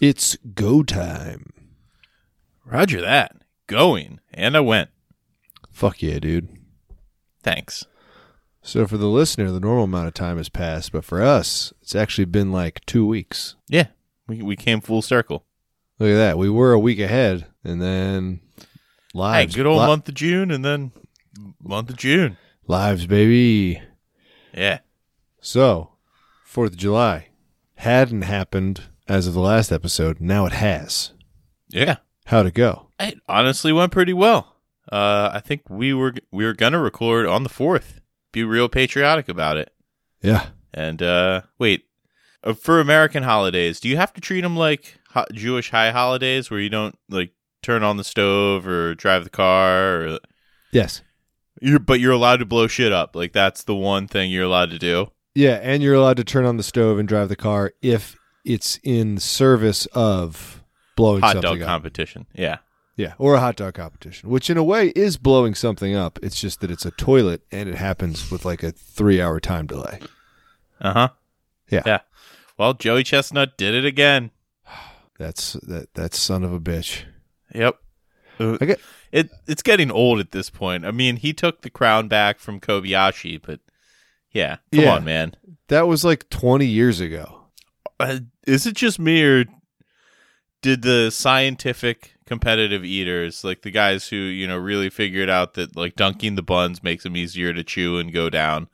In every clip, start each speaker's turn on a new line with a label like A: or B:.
A: It's go time.
B: Roger that. Going. And I went.
A: Fuck yeah, dude.
B: Thanks.
A: So for the listener, the normal amount of time has passed, but for us, it's actually been like two weeks.
B: Yeah. We, we came full circle.
A: Look at that. We were a week ahead, and then
B: Hey,
A: lives.
B: good old
A: Li-
B: month of June and then month of June.
A: Lives, baby.
B: Yeah.
A: So, Fourth of July hadn't happened as of the last episode. Now it has.
B: Yeah.
A: How'd it go?
B: It honestly went pretty well. Uh, I think we were we were gonna record on the fourth. Be real patriotic about it.
A: Yeah.
B: And uh, wait, uh, for American holidays, do you have to treat them like ho- Jewish high holidays, where you don't like turn on the stove or drive the car, or
A: Yes.
B: you're but you're allowed to blow shit up? Like that's the one thing you're allowed to do.
A: Yeah, and you're allowed to turn on the stove and drive the car if it's in service of blowing
B: Hot
A: something
B: dog
A: up.
B: competition. Yeah,
A: Yeah, or a hot dog competition, which in a way is blowing something up. It's just that it's a toilet and it happens with like a three hour time delay.
B: Uh huh.
A: Yeah.
B: Yeah. Well, Joey Chestnut did it again.
A: That's that that son of a bitch.
B: Yep. Uh,
A: I get-
B: It it's getting old at this point. I mean, he took the crown back from Kobayashi, but yeah, come
A: Yeah.
B: on, man.
A: That was like twenty years ago.
B: Uh, is it just me or did the scientific competitive eaters, like the guys who you know really figured out that like dunking the buns makes them easier to chew and go down,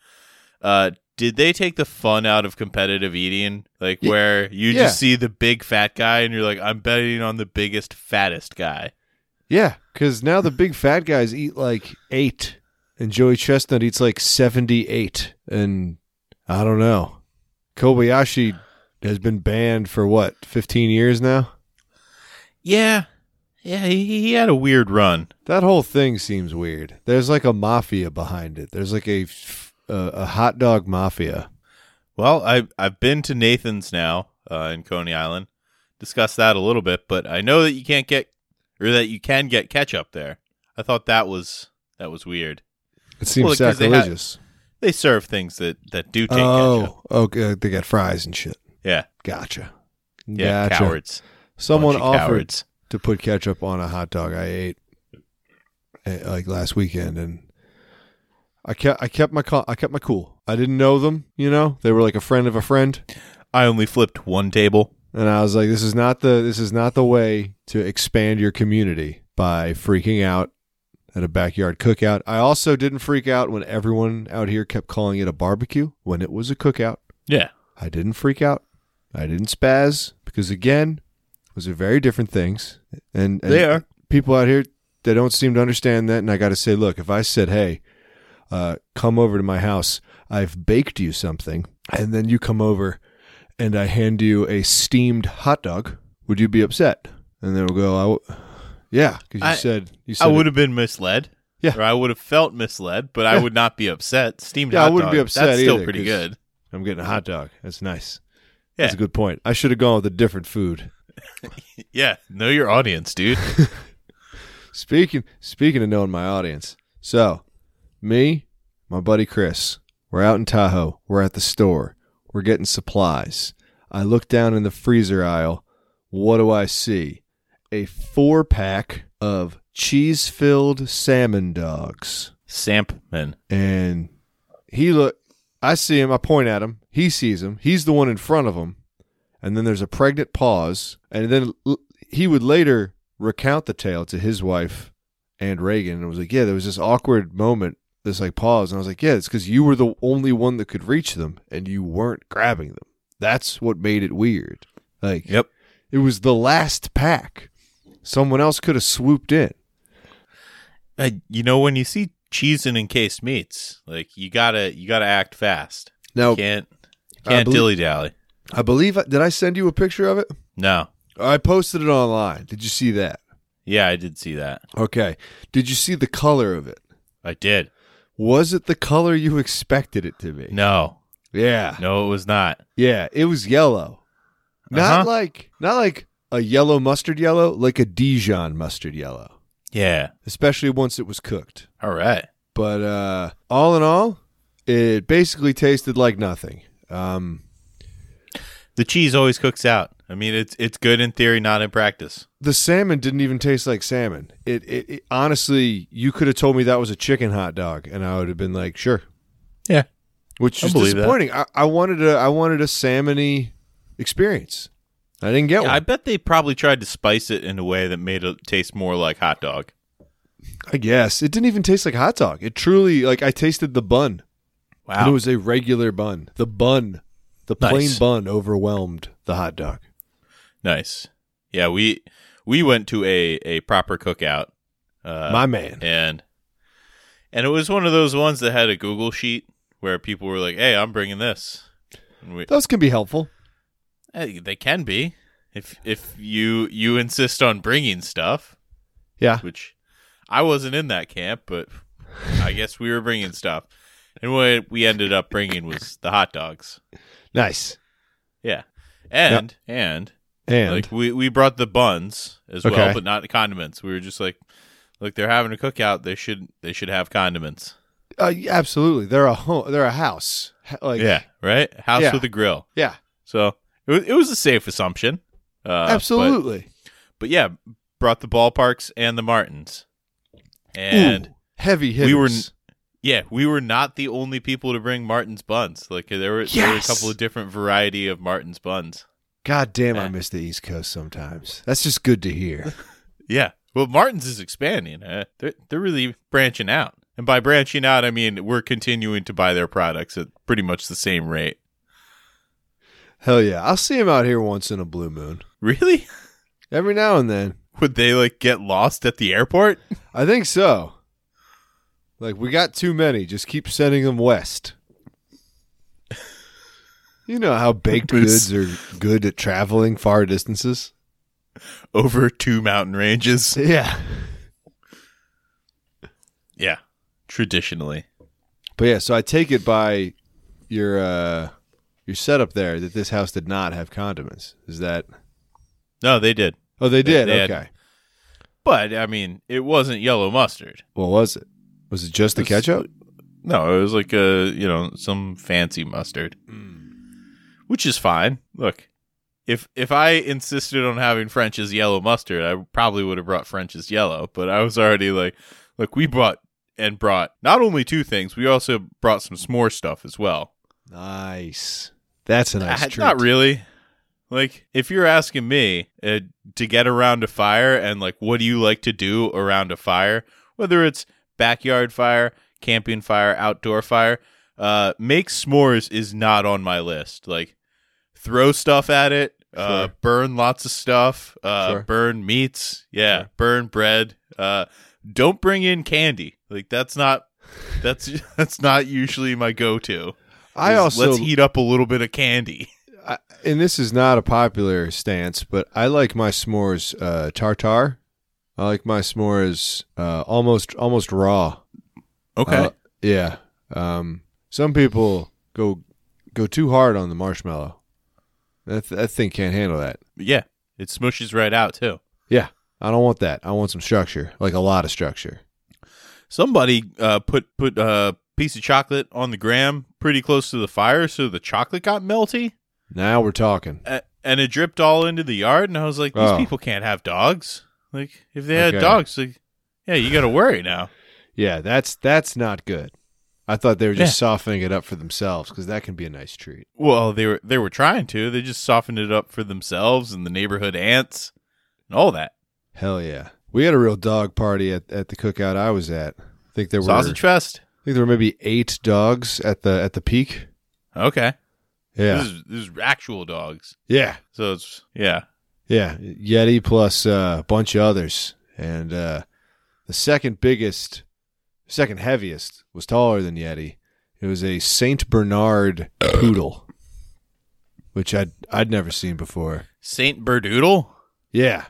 B: uh, did they take the fun out of competitive eating? Like
A: Ye-
B: where you
A: yeah.
B: just see the big fat guy and you're like, I'm betting on the biggest fattest guy.
A: Yeah, because now the big fat guys eat like eight, and Joey Chestnut eats like seventy-eight, and I don't know. Kobayashi has been banned for what fifteen years now.
B: Yeah, yeah, he, he had a weird run.
A: That whole thing seems weird. There's like a mafia behind it. There's like a f- a, a hot dog mafia.
B: Well, I I've been to Nathan's now uh, in Coney Island. Discussed that a little bit, but I know that you can't get or that you can get ketchup there. I thought that was that was weird.
A: It seems
B: Well, 'cause they had
A: sacrilegious.
B: They serve things that that do take ketchup.
A: oh, okay. They got fries and shit.
B: Yeah,
A: Gotcha.
B: yeah,
A: gotcha.
B: cowards.
A: Someone
B: Bunch of
A: offered
B: cowards.
A: to put ketchup on a hot dog I ate eh, like last weekend, and I kept I kept my co- I kept my cool. I didn't know them, you know. They were like a friend of a friend,
B: I only flipped one table.
A: and I was like, "This is not the this is not the way to expand your community by freaking out." At a backyard cookout. I also didn't freak out when everyone out here kept calling it a barbecue when it was a cookout.
B: Yeah,
A: I didn't freak out. I didn't spaz because again, those are very different things. And, and
B: They are.
A: people out here they don't seem to understand that. And I got to say, look, if I said, "Hey, uh, come over to my house. I've baked you something," and then you come over and I hand you a steamed hot dog, would you be upset? And they'll go, "I, w- yeah," because you
B: I-
A: said you said
B: I
A: it-
B: would have been misled.
A: Yeah.
B: or I would have felt misled, but I would not be upset. Steamed
A: Yeah, I
B: hot
A: wouldn't be
B: dog,
A: upset
B: That's
A: either,
B: still pretty
A: 'cause-
B: good.
A: I'm getting a hot dog. That's nice.
B: Yeah.
A: That's a good point. I should have gone with a different food.
B: Yeah, know your audience, dude.
A: Speaking speaking of knowing my audience, so me, my buddy Chris, we're out in Tahoe. We're at the store. We're getting supplies. I look down in the freezer aisle. What do I see? A four pack of cheese filled salmon dogs.
B: Sampman.
A: And he look. I see him. I point at him. He sees him. He's the one in front of him. And then there's a pregnant pause. And then l- he would later recount the tale to his wife and Reagan. And it was like, yeah, there was this awkward moment, this like pause. And I was like, yeah, it's because you were the only one that could reach them, and you weren't grabbing them. That's what made it weird. Like,
B: Yep.
A: it was the last pack. Someone else could have swooped in.
B: Uh, you know when you see cheese and encased meats, like you gotta you gotta act fast.
A: Now,
B: Can't
A: Oh. I
B: can't
A: believe-
B: dilly dally.
A: I believe did I send you a picture of it?
B: No,
A: I posted it online. Did you see that?
B: yeah, I did see that.
A: Okay. Did you see the color of it?
B: I did.
A: Was it the color you expected it to be?
B: No,
A: Yeah.
B: no, it was not.
A: Yeah, it was yellow. Not
B: Uh-huh.
A: like not like a yellow mustard yellow, like a Dijon mustard yellow,
B: Yeah.
A: especially once it was cooked.
B: All right.
A: But uh all in all, it basically tasted like nothing. Um
B: The cheese always cooks out. I mean, it's it's good in theory, not in practice.
A: The salmon didn't even taste like salmon. It, it, it honestly, you could have told me that was a chicken hot dog, and I would have been like, sure.
B: Yeah.
A: which
B: I
A: is
B: believe that.
A: disappointing. I, I wanted a I wanted a salmony experience. I didn't get
B: Yeah, I
A: one.
B: bet they probably tried to spice it in a way that made it taste more like hot dog.
A: I guess it didn't even taste like hot dog. It truly like I tasted the bun. And
B: Wow.
A: it was a regular bun. The bun, the plain
B: Nice.
A: bun, overwhelmed the hot dog.
B: nice. Yeah, we we went to a a proper cookout. Uh,
A: My man.
B: and and it was one of those ones that had a Google sheet where people were like, "Hey, I'm bringing this." And we,
A: Those can be helpful.
B: hey, they can be if if you you insist on bringing stuff,
A: Yeah.
B: which I wasn't in that camp, but I guess we were bringing stuff. And what we ended up bringing was the hot dogs.
A: Nice.
B: Yeah. And and
A: And
B: Like we we brought the buns as well,
A: Okay.
B: but not the condiments. We were just like, look, they're having a cookout. They should they should have condiments.
A: uh, yeah, absolutely. They're a home, they're a house. Ha- Like
B: yeah, right. House
A: Yeah.
B: with a grill.
A: Yeah.
B: So it was, it was a safe assumption. Uh, but-
A: absolutely.
B: But, yeah, brought the ballparks and the Martins, and
A: Ooh, heavy hitters.
B: we were yeah, we were not the only people to bring Martins buns. Like there were there were a
A: Yes!
B: couple of different variety of Martins buns.
A: God damn,
B: Eh.
A: I miss the East Coast sometimes. That's just good to hear.
B: Yeah. Well, Martin's is expanding. Uh, they're they're really branching out, and by branching out, I mean we're continuing to buy their products at pretty much the same rate.
A: Hell yeah. I'll see him out here once in a blue moon.
B: Really?
A: Every now and then.
B: Would they like get lost at the airport?
A: I think so. Like we got too many. Just keep sending them west. You know how baked
B: It's-
A: goods are good at traveling far distances.
B: Over two mountain ranges.
A: Yeah,
B: Yeah. Traditionally.
A: but yeah. So I take it by your uh, your setup there that this house did not have condiments. Is that?
B: No, they did.
A: Oh, they did.
B: they had-
A: okay.
B: But I mean, it wasn't yellow mustard.
A: What was it? Was it just the
B: It's-
A: ketchup?
B: No, it was like a you know some fancy mustard, Hmm. which is fine. Look, if if I insisted on having French's yellow mustard, I probably would have brought French's yellow. But I was already like, look, we brought and brought not only two things, we also brought some s'more stuff as well.
A: Nice. That's a nice
B: Ah,
A: treat.
B: not really. Like, if you're asking me uh, to get around a fire and like, what do you like to do around a fire? Whether it's backyard fire, camping fire, outdoor fire, uh, make s'mores is not on my list. Like, throw stuff at it, uh,
A: Sure.
B: burn lots of stuff, uh,
A: Sure.
B: burn meats, yeah,
A: Sure.
B: burn bread. Uh, don't bring in candy. Like, that's not that's that's not usually my go-to.
A: I
B: is
A: also
B: let's heat up a little bit of candy.
A: I, and this is not a popular stance, but I like my s'mores uh, tartar. I like my s'mores uh, almost almost raw. Uh, yeah. Um, some people go go too hard on the marshmallow. That that thing can't handle that.
B: yeah. It smushes right out too.
A: Yeah, I don't want that. I want some structure, like a lot of structure.
B: Somebody uh, put put a piece of chocolate on the gram pretty close to the fire, so the chocolate got melty,
A: Now we're talking.
B: a- and it dripped all into the yard. And I was like, these
A: Oh.
B: people can't have dogs. Like if they had
A: Okay.
B: dogs, like yeah, you got to worry now.
A: Yeah, that's that's not good. I thought they were just
B: Yeah.
A: softening it up for themselves because that can be a nice treat.
B: Well, they were they were trying to. They just softened it up for themselves and the neighborhood ants and all that.
A: Hell yeah. We had a real dog party at, at the cookout I was at. I think there were
B: Sausage fest.
A: I think there were maybe eight dogs at the at the peak.
B: Okay,
A: Yeah.
B: this, is, this is actual dogs.
A: yeah.
B: So it's yeah.
A: Yeah. Yeti plus uh, a bunch of others. And uh, the second biggest second heaviest was taller than Yeti. It was a Saint Bernard poodle. Which I'd I'd never seen before.
B: Saint Berdoodle.
A: Yeah.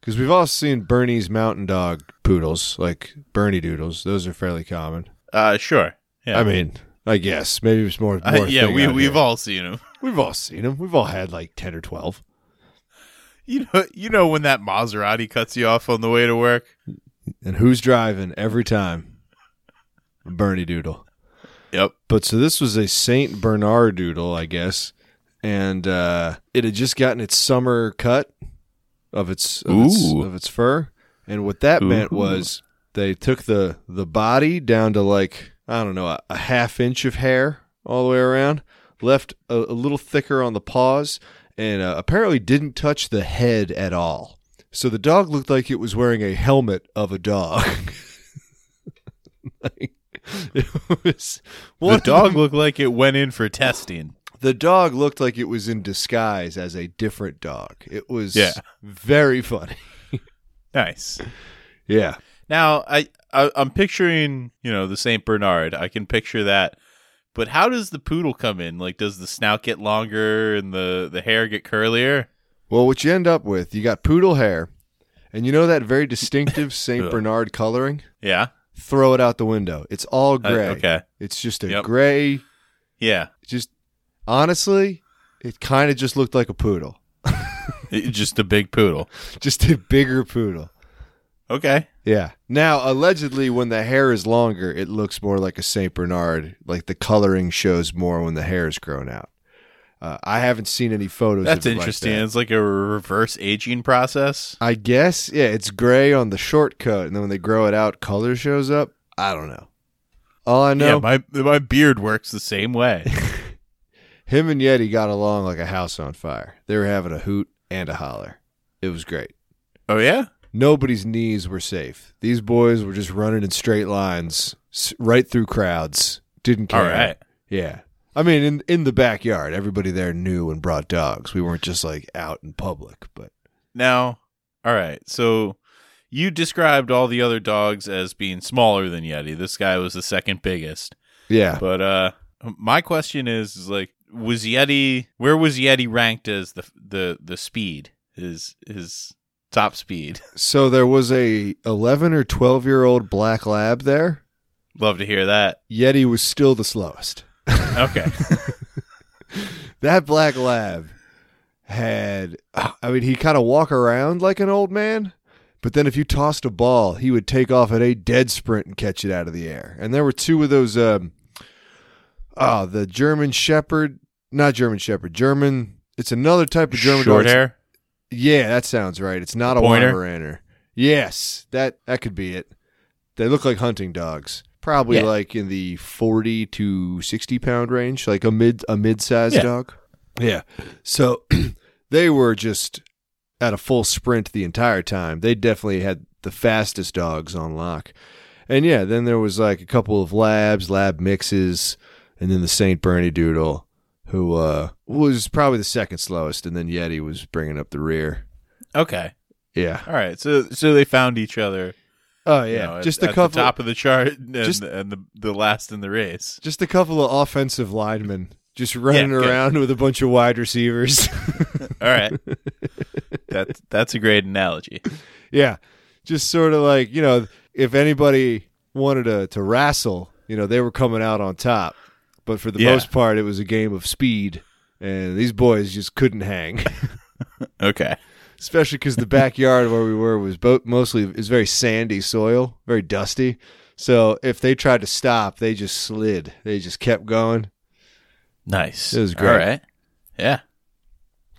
A: Because we've all seen Bernie's mountain dog poodles, like Bernie doodles. Those are fairly common.
B: Uh, sure. Yeah.
A: I mean, I guess maybe it's more. more
B: Uh, yeah,
A: thing
B: we
A: out
B: we've
A: here.
B: all seen him.
A: we've all seen them. We've all had like ten or twelve.
B: You know, you know when that Maserati cuts you off on the way to work.
A: And who's driving every time? Bernie Doodle.
B: Yep.
A: But so this was a Saint Bernard Doodle, I guess, and uh, it had just gotten its summer cut of its of, its,
B: Ooh.
A: of its fur. And what that meant
B: Ooh.
A: was they took the the body down to like I don't know a, a half inch of hair all the way around, left a, a little thicker on the paws, and uh, apparently didn't touch the head at all. So the dog looked like it was wearing a helmet of a dog. like, it was
B: the dog looked like it went in for testing.
A: the dog looked like it was in disguise as a different dog. It was
B: Yeah.
A: very funny.
B: Nice.
A: Yeah.
B: Now I, I I'm picturing you know the Saint Bernard. I can picture that. But how does the poodle come in? Like, does the snout get longer and the, the hair get curlier?
A: Well, what you end up with, you got poodle hair, and you know that very distinctive St.
B: Ugh.
A: Bernard coloring?
B: Yeah.
A: Throw it out the window. It's all
B: I-
A: gray.
B: okay.
A: It's just a
B: Yep.
A: gray,
B: Yeah.
A: just honestly, it kind of just looked like a poodle,
B: It- just a big poodle.
A: just a bigger poodle.
B: Okay.
A: Yeah. Now, allegedly, when the hair is longer, it looks more like a Saint Bernard. Like the coloring shows more when the hair is grown out. Uh, I haven't seen any photos.
B: That's
A: of it like
B: interesting.
A: that.
B: It's like a reverse aging process.
A: I guess. Yeah, it's gray on the short coat, and then when they grow it out, color shows up. I don't know. All I know,
B: Yeah, my my beard works the same way.
A: him and Yeti got along like a house on fire. They were having a hoot and a holler. It was great.
B: oh yeah.
A: Nobody's knees were safe. These boys were just running in straight lines, s- right through crowds. Didn't care.
B: All right.
A: Yeah. I mean, in in the backyard, everybody there knew and brought dogs. We weren't just like out in public, but
B: Now, all right. So you described all the other dogs as being smaller than Yeti. This guy was the second biggest.
A: yeah.
B: But uh my question is, is like was Yeti where was Yeti ranked as the the the speed? His his top speed.
A: So there was a 11 or 12 year old black lab there.
B: Love to hear that.
A: Yeti was still the slowest.
B: Okay.
A: That black lab had I mean, he kind of walk around like an old man, but then if you tossed a ball, he would take off at a dead sprint and catch it out of the air. And there were two of those um oh, the German shepherd, not German shepherd, German it's another type of German dog.
B: Short
A: It's-
B: hair.
A: Yeah, that sounds right. It's not a
B: Pointer?
A: Weimaraner. Yes, that that could be it. They look like hunting dogs, probably
B: Yeah.
A: like in the forty to sixty pound range, like a mid a mid sized
B: Yeah.
A: dog. Yeah. So they were just at a full sprint the entire time. They definitely had the fastest dogs on lock. And yeah, then there was like a couple of labs, lab mixes, and then the Saint Bernie Doodle, who uh, was probably the second slowest, and then Yeti was bringing up the rear.
B: Okay.
A: Yeah.
B: All right. So so they found each other.
A: Oh yeah.
B: you know, at-
A: just
B: at
A: a couple.
B: the top of the chart and,
A: Just-
B: and the, the last in the race.
A: Just a couple of offensive linemen just running
B: good.
A: around with a bunch of wide receivers.
B: All right. that that's a great analogy.
A: Yeah. Just sort of like, you know, if anybody wanted to, to wrestle, you know, they were coming out on top. But for the
B: Yeah.
A: most part, it was a game of speed, and these boys just couldn't hang,
B: Okay.
A: especially because the backyard where we were was bo- mostly is very sandy soil, very dusty. So if they tried to stop, they just slid. They just kept going.
B: Nice.
A: It was great.
B: All right. Yeah.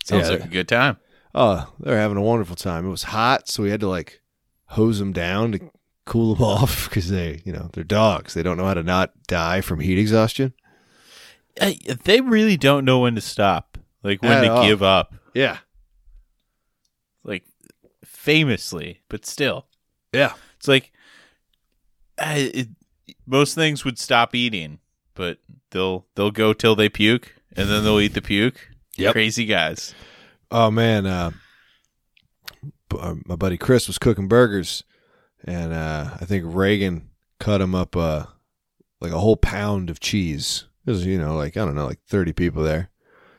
B: Sounds
A: Yeah.
B: like a good time.
A: Oh, they were having a wonderful time. It was hot, so we had to like hose them down to cool them off because they, you know, they're dogs. They don't know how to not die from heat exhaustion.
B: Uh, They really don't know when to stop, like when
A: At
B: to
A: all.
B: give up,
A: Yeah.
B: like famously, but still.
A: Yeah.
B: It's like uh, it, most things would stop eating, but they'll they'll go till they puke and then they'll eat the puke.
A: Yep.
B: Crazy guys.
A: Oh man, uh, b- uh, my buddy Chris was cooking burgers, and uh, I think Reagan cut him up uh, like a whole pound of cheese. It was you know like I don't know like thirty people there.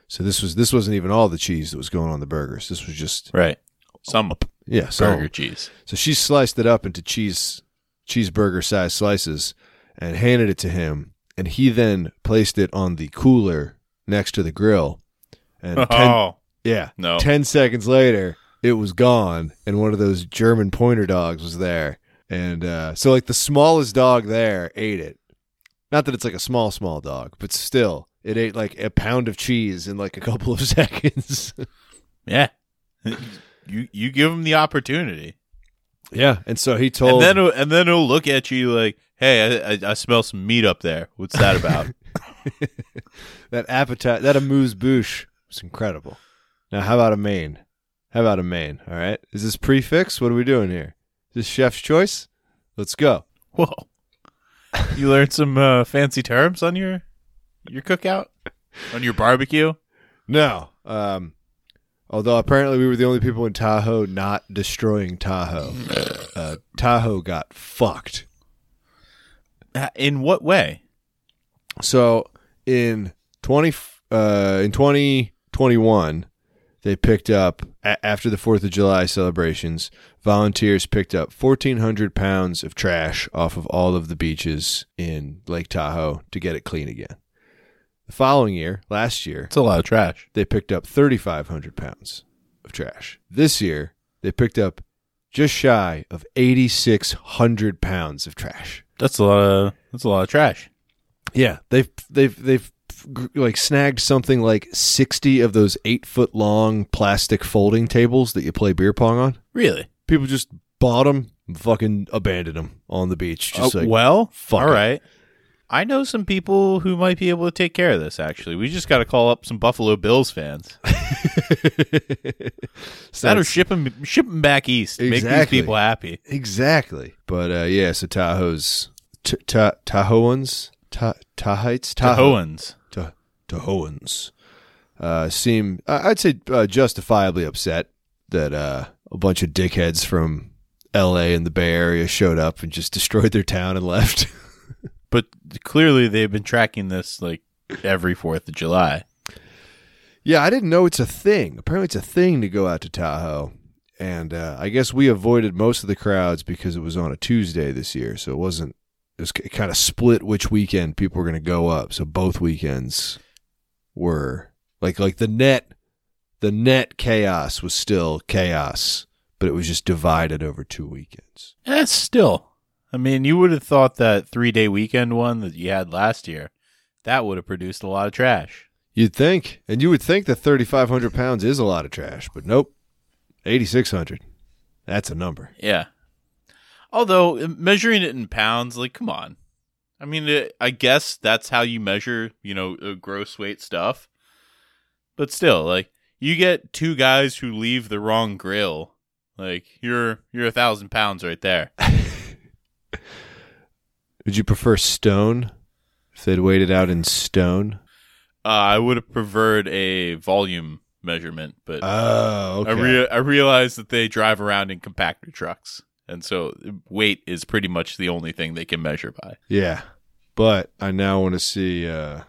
A: So this was this wasn't even all the cheese that was going on the burgers. This was just
B: Right. Some
A: yeah, so
B: burger cheese.
A: So she sliced it up into cheese cheeseburger sized slices and handed it to him and he then placed it on the cooler next to the grill. And ten
B: Oh
A: yeah,
B: no.
A: 10 seconds later it was gone and one of those German pointer dogs was there. And uh, so like the smallest dog there ate it. Not that it's like a small small dog, but still It ate like a pound of cheese in like a couple of seconds.
B: Yeah. you you give him the opportunity.
A: yeah, and so he told.
B: And then and then he'll look at you like, "Hey, I, I, I smell some meat up there. What's that about?"
A: that appetite, that amuse bouche was incredible. Now, how about a main? How about a main? All right. Is this prefix? What are we doing here? Is this chef's choice? Let's go.
B: Whoa! You learned some uh, fancy terms on your your cookout, on your barbecue.
A: No. Um, although apparently we were the only people in Tahoe not destroying Tahoe. Uh, Tahoe got fucked.
B: Uh, In what way?
A: So in twenty uh, in twenty twenty one, they picked up a- after the Fourth of July celebrations. Volunteers picked up fourteen hundred pounds of trash off of all of the beaches in Lake Tahoe to get it clean again. The following year, last year,
B: It's a lot of trash.
A: they picked up thirty five hundred pounds of trash. This year, they picked up just shy of eighty six hundred pounds of trash.
B: That's a lot of that's a lot of trash.
A: Yeah, they've they've they've gr- like snagged something like sixty of those eight foot long plastic folding tables that you play beer pong on.
B: Really?
A: People just bought them, fucking abandoned them on the beach. Just
B: Oh,
A: like
B: well,
A: fuck
B: all
A: it.
B: right. I know some people who might be able to take care of this. Actually, we just got to call up some Buffalo Bills fans.
A: So
B: That'll
A: that's-
B: ship them, ship 'em back east. Make
A: Exactly.
B: these people happy.
A: exactly. But uh, yeah, so Tahoe's t- ta- Tahoans, ta- Tahites,
B: Uh-huh.
A: Tahoe.
B: Tahoans.
A: to to Hohens uh, seem I- I'd say uh, justifiably upset that uh, a bunch of dickheads from L.A. and the Bay Area showed up and just destroyed their town and left.
B: But clearly, they've been tracking this like every Fourth of July.
A: yeah, I didn't know it's a thing. Apparently, it's a thing to go out to Tahoe. And uh, I guess we avoided most of the crowds because it was on a Tuesday this year, so it wasn't. It was kind of split which weekend people were going to go up. So both weekends were like like the net, the net chaos was still chaos, but it was just divided over two weekends.
B: That's Eh, still. I mean, you would have thought that three day weekend one that you had last year, that would have produced a lot of trash.
A: You'd think, and you would think that thirty five hundred pounds is a lot of trash, but nope, eighty six hundred. That's a number.
B: Yeah. Although measuring it in pounds, like, come on. I mean, it, I guess that's how you measure, you know, uh, gross weight stuff. But still, like, you get two guys who leave the wrong grill, like you're you're a thousand pounds right there.
A: Would you prefer stone? If they'd weighed it out in stone?
B: Uh, I would have preferred a volume measurement, but
A: Oh,
B: I rea- I realize that they drive around in compactor trucks, and so weight is pretty much the only thing they can measure by.
A: yeah, but I now want to see. Uh,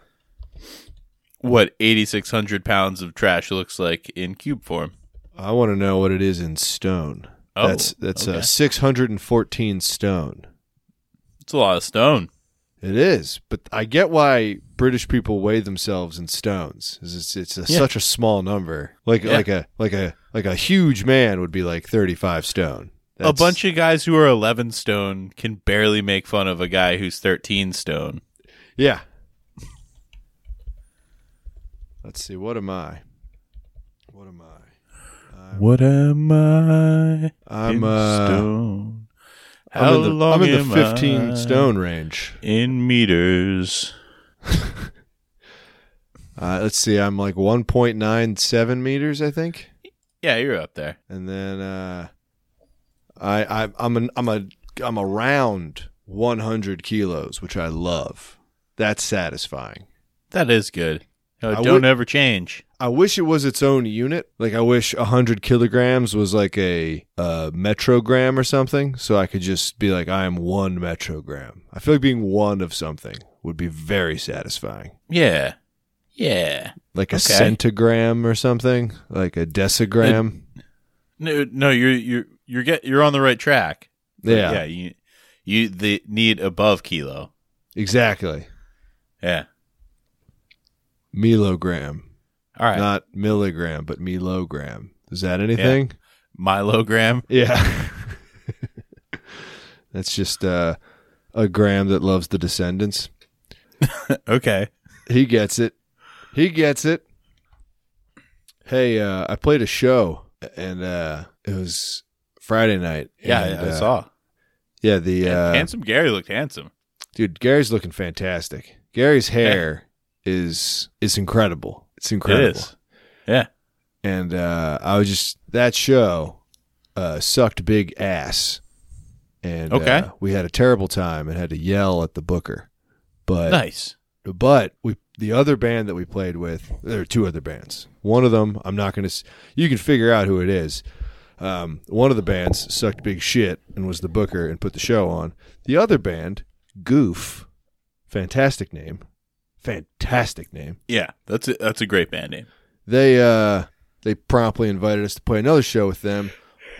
B: what 8600 pounds of trash looks like in cube form
A: I want to know what it is in stone.
B: oh
A: that's that's uh,
B: okay.
A: six hundred and fourteen stone.
B: it's a lot of stone
A: It is, but I get why British people weigh themselves in stones. 'cause It's it's a,
B: Yeah.
A: such a small number. Like
B: Yeah.
A: like a like a like a huge man would be like thirty five stone.
B: a bunch of guys who are 11 stone can barely make fun of a guy who's 13 stone
A: Yeah. Let's see. What am I? What am I?
B: what am i
A: I'm uh,
B: stone
A: I'm in the, I'm in the 15 stone range.
B: in meters
A: Uh, let's see. I'm like 1.97 meters, I think.
B: yeah you're up there
A: And then uh, I, I I'm an, I'm a I'm around 100 kilos, which I love. That's satisfying.
B: that is good Uh,
A: I
B: don't
A: would-
B: ever change
A: I wish it was its own unit. Like I wish 100 kilograms was like a, uh metrogram or something, so I could just be like, I am one metrogram. I feel like being one of something would be very satisfying.
B: yeah yeah
A: Like a
B: Okay.
A: centigram or something, like a decigram.
B: no no you're you're you're get you're on the right track But
A: yeah,
B: yeah. You you the need above kilo.
A: exactly.
B: Yeah.
A: Milogram,
B: All right.
A: not milligram, but milogram. Is that anything?
B: Milogram.
A: Yeah. That's just uh, a gram that loves the descendants.
B: Okay.
A: He gets it. He gets it. Hey, uh, I played a show and uh, it was Friday night.
B: Yeah,
A: and,
B: I
A: uh,
B: saw.
A: Yeah, the uh,
B: handsome Gary looked handsome.
A: dude, Gary's looking fantastic. Gary's hair is is incredible. It's incredible.
B: It is. Yeah.
A: And uh, I was just that show uh, sucked big ass, and
B: Okay.
A: uh, we had a terrible time and had to yell at the booker. But
B: Nice.
A: but we the other band that we played with there are two other bands one of them i'm not gonna s- you can figure out who it is um, one of the bands sucked big shit and was the booker and put the show on the other band goof fantastic name fantastic name
B: Yeah, that's a, that's a great band name.
A: they uh they promptly invited us to play another show with them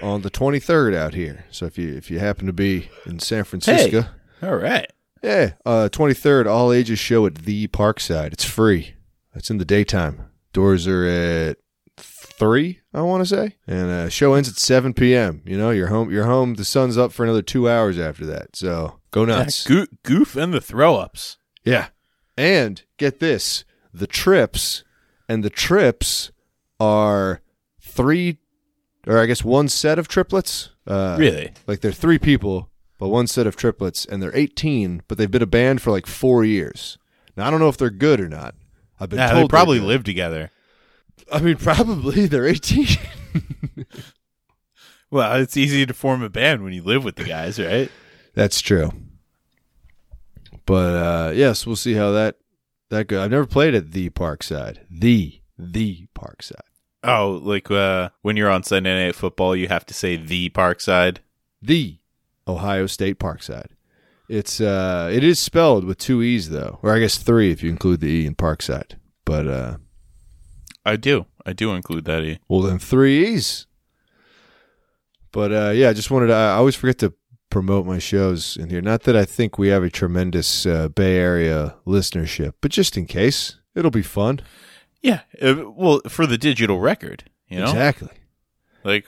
A: on the 23rd out here so if you if you happen to be in san francisco
B: All right.
A: yeah, uh, 23rd, all ages show at the Parkside. It's free. It's in the daytime. Doors are at three, I want to say, and uh, show ends at 7 p.m. You know, you're home. You're home. The sun's up for another two hours after that. So go nuts.
B: Yeah, Goo- goof and the throw ups.
A: Yeah. And get this the trips, and the trips are three, or I guess one set of triplets. Uh,
B: really?
A: Like they're three people, but one set of triplets, and they're 18, but they've been a band for like four years. Now I don't know if they're good or not. I've been
B: Yeah,
A: told
B: they probably
A: they're good.
B: live together.
A: I mean, probably they're 18.
B: Well, it's easy to form a band when you live with the guys, right?
A: That's true. But uh, yes, we'll see how that that goes. I've never played at the Parkside. The the Parkside.
B: Oh, like uh, when you're on Sunday Night Football, you have to say the Parkside.
A: The Ohio State Parkside. It's uh, it is spelled with two e's though, or I guess three if you include the e in Parkside. But uh,
B: I do. I do include that. E.
A: Well, then three E's. But uh, yeah, I just wanted to. I always forget to promote my shows in here. Not that I think we have a tremendous uh, Bay Area listenership, but just in case, it'll be fun.
B: Yeah. uh, well, for the digital record, you know,
A: Exactly.
B: like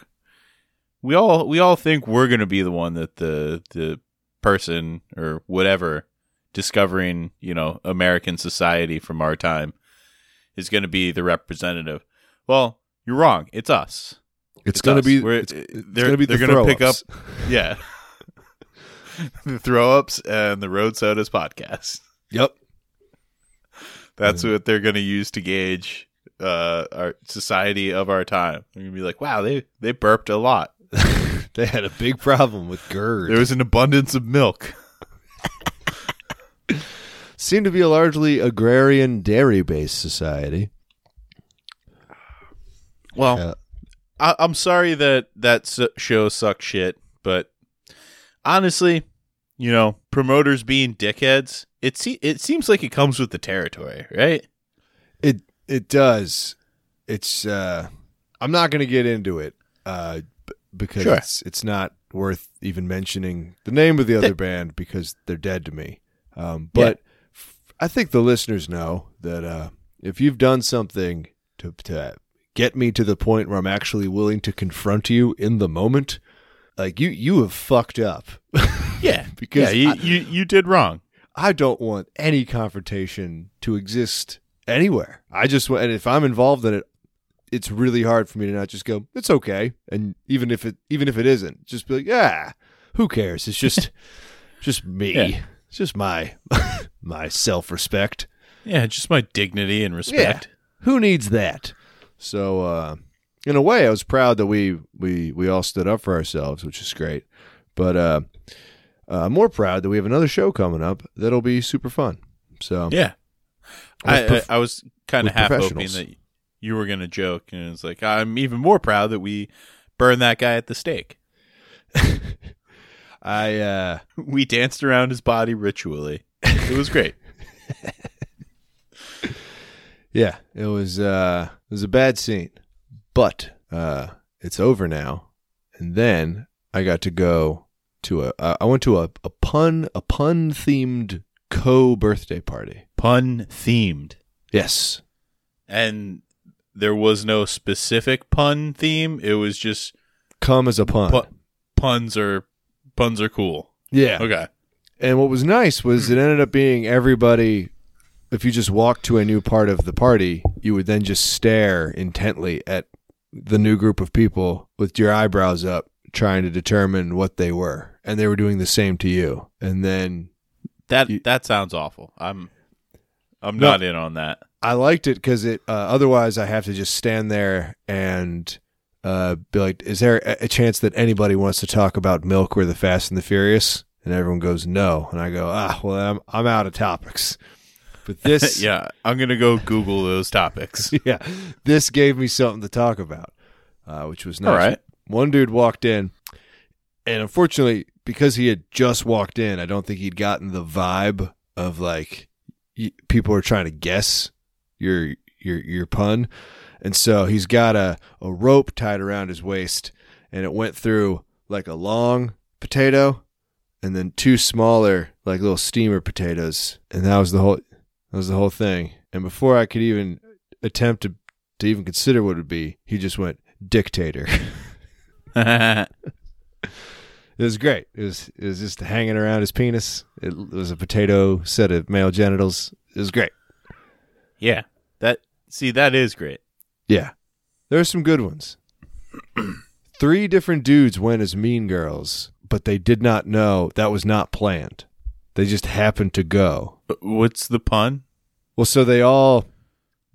B: we all we all think we're gonna be the one that the the person or whatever discovering you know American society from our time is gonna be the representative. Well, you're wrong. It's us.
A: It's, gonna
B: us.
A: be.
B: We're- uh,
A: It's,
B: they're
A: it's gonna be.
B: they're
A: the
B: gonna pick up
A: throw-ups.
B: Yeah. the throw ups and the road sodas podcast.
A: Yep.
B: That's what they're going to use to gauge uh, our society of our time. They're going to be like, wow, they, they burped a lot.
A: They had a big problem with GERD.
B: There was an abundance of milk.
A: seemed to be a largely agrarian, dairy-based society.
B: Well,
A: Yeah.
B: I, I'm sorry that that su- show sucked shit, but honestly, you know, promoters being dickheads, it, se- it seems like it comes with the territory, right?
A: It it does. It's uh I'm not going to get into it uh b- because
B: Sure.
A: it's it's not worth even mentioning the name of the other band because they're dead to me. Um but f- I think the listeners know that uh if you've done something to to get me to the point where I'm actually willing to confront you in the moment, like you you have fucked up
B: Yeah.
A: because
B: Yeah, you,
A: I,
B: you, you did wrong.
A: I don't want any confrontation to exist anywhere. I just want, and if I'm involved in it, it's really hard for me to not just go, it's okay. And even if it, even if it isn't, just be like, yeah, who cares? It's just, just me.
B: Yeah.
A: It's just my, my self respect.
B: Yeah, just my dignity and respect.
A: Who needs that? So, uh, in a way, I was proud that we, we, we all stood up for ourselves, which is great. But, uh, uh, more proud that we have another show coming up that'll be super fun. So,
B: Yeah.
A: With
B: I, I,
A: prof-
B: I was kind
A: with
B: of half hoping
A: professionals.
B: that you were going to joke. And it's like, I'm even more proud that we burned that guy at the stake.
A: I uh
B: We danced around his body ritually. It was great.
A: yeah, it was uh it was a bad scene. But uh it's over now. And then I got to go to a uh, I I went to a, a pun a pun themed co birthday party.
B: Pun themed.
A: Yes.
B: And there was no specific pun theme. It was just
A: Come as a pun.
B: pu- puns are puns are cool.
A: yeah.
B: Okay.
A: And what was nice was it ended up being everybody if you just walked to a new part of the party, you would then just stare intently at the new group of people with your eyebrows up, trying to determine what they were, and they were doing the same to you. And then
B: That
A: You-
B: that sounds awful. I'm I'm
A: No.
B: not in on that.
A: I liked it because it. Uh, otherwise, I have to just stand there and uh, be like, "Is there a, a chance that anybody wants to talk about milk or the Fast and the Furious?" And everyone goes, "No," and I go, "Ah, well, I'm I'm out of topics." But this,
B: yeah, I'm gonna go Google those topics.
A: yeah, this gave me something to talk about, uh, which was nice.
B: All right.
A: One dude walked in, and unfortunately, because he had just walked in, I don't think he'd gotten the vibe of like y- people are trying to guess your your your pun, and so he's got a a rope tied around his waist, and it went through like a long potato, and then two smaller like little steamer potatoes, and that was the whole that was the whole thing. And before I could even attempt to to even consider what it would be, he just went dictator. It was great. It was it was just hanging around his penis. It was a potato set of male genitals. It was great.
B: yeah. That see, that is great.
A: Yeah, there were some good ones. Three different dudes went as mean girls, but they did not know that was not planned. They just happened to go.
B: What's the pun?
A: Well, so they all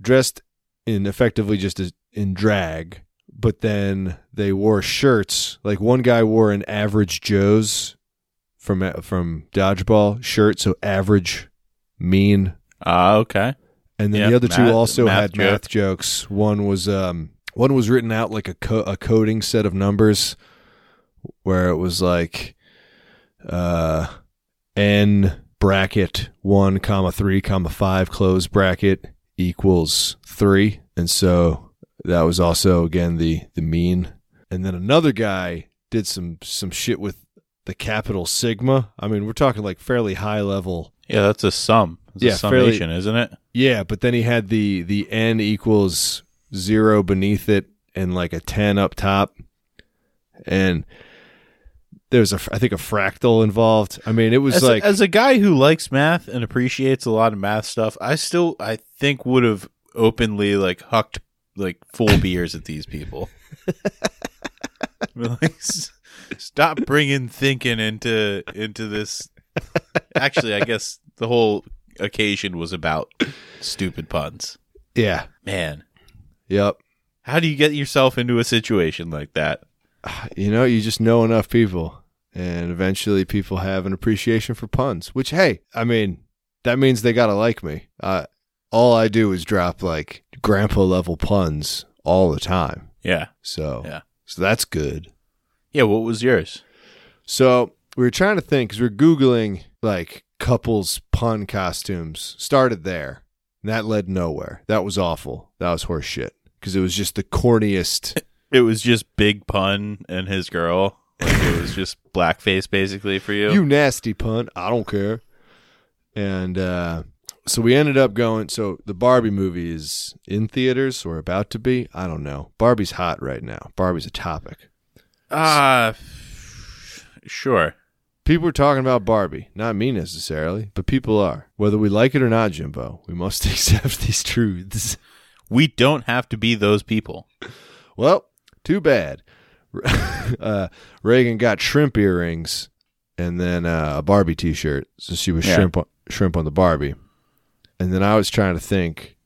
A: dressed in effectively just as, in drag, but then they wore shirts. Like one guy wore an average Joe's from from dodgeball shirt, so average, mean,
B: Ah, okay.
A: and then
B: Yeah,
A: the other two
B: math-
A: also
B: math
A: had math jokes. One was um one was written out like a co- a coding set of numbers, where it was like, uh, n bracket one comma three comma five close bracket equals three, and so that was also again the the mean. And then another guy did some some shit with the capital sigma. I mean, we're talking like fairly high level
B: Yeah, that's a sum. It's
A: Yeah,
B: a
A: fairly-
B: summation, isn't it?
A: yeah, but then he had the the n equals zero beneath it and like a ten up top, and there's a I think a fractal involved. I mean, it was
B: As,
A: like
B: as a guy who likes math and appreciates a lot of math stuff, I still I think would have openly like hucked like full beers at these people. Like, s- Stop bringing thinking into into this. Actually, I guess the whole occasion was about stupid puns.
A: yeah,
B: Man,
A: yep.
B: how do you get yourself into a situation like that?
A: You know, you just know enough people, and eventually people have an appreciation for puns. Which hey, I mean, that means they gotta like me. Uh, all I do is drop like grandpa level puns all the time.
B: Yeah,
A: So
B: Yeah.
A: so that's good.
B: yeah. What was yours?
A: So we were trying to think because we are googling like couples pun costumes. Started there. And that led nowhere. That was awful. That was horse shit because it was just the corniest.
B: It was just Big Pun and his girl. Like it was just blackface basically for you.
A: you nasty pun. I don't care. And uh, so we ended up going. So the Barbie movie is in theaters or about to be. I don't know. Barbie's hot right now. Barbie's a topic.
B: Ah, sure.
A: People are talking about Barbie. Not me necessarily, but people are. Whether we like it or not, Jimbo, we must accept these truths.
B: We don't have to be those people.
A: Well, too bad. uh, Reagan got shrimp earrings and then uh, a Barbie T-shirt, so she was
B: Yeah.
A: shrimp on, shrimp on the Barbie. And then I was trying to think.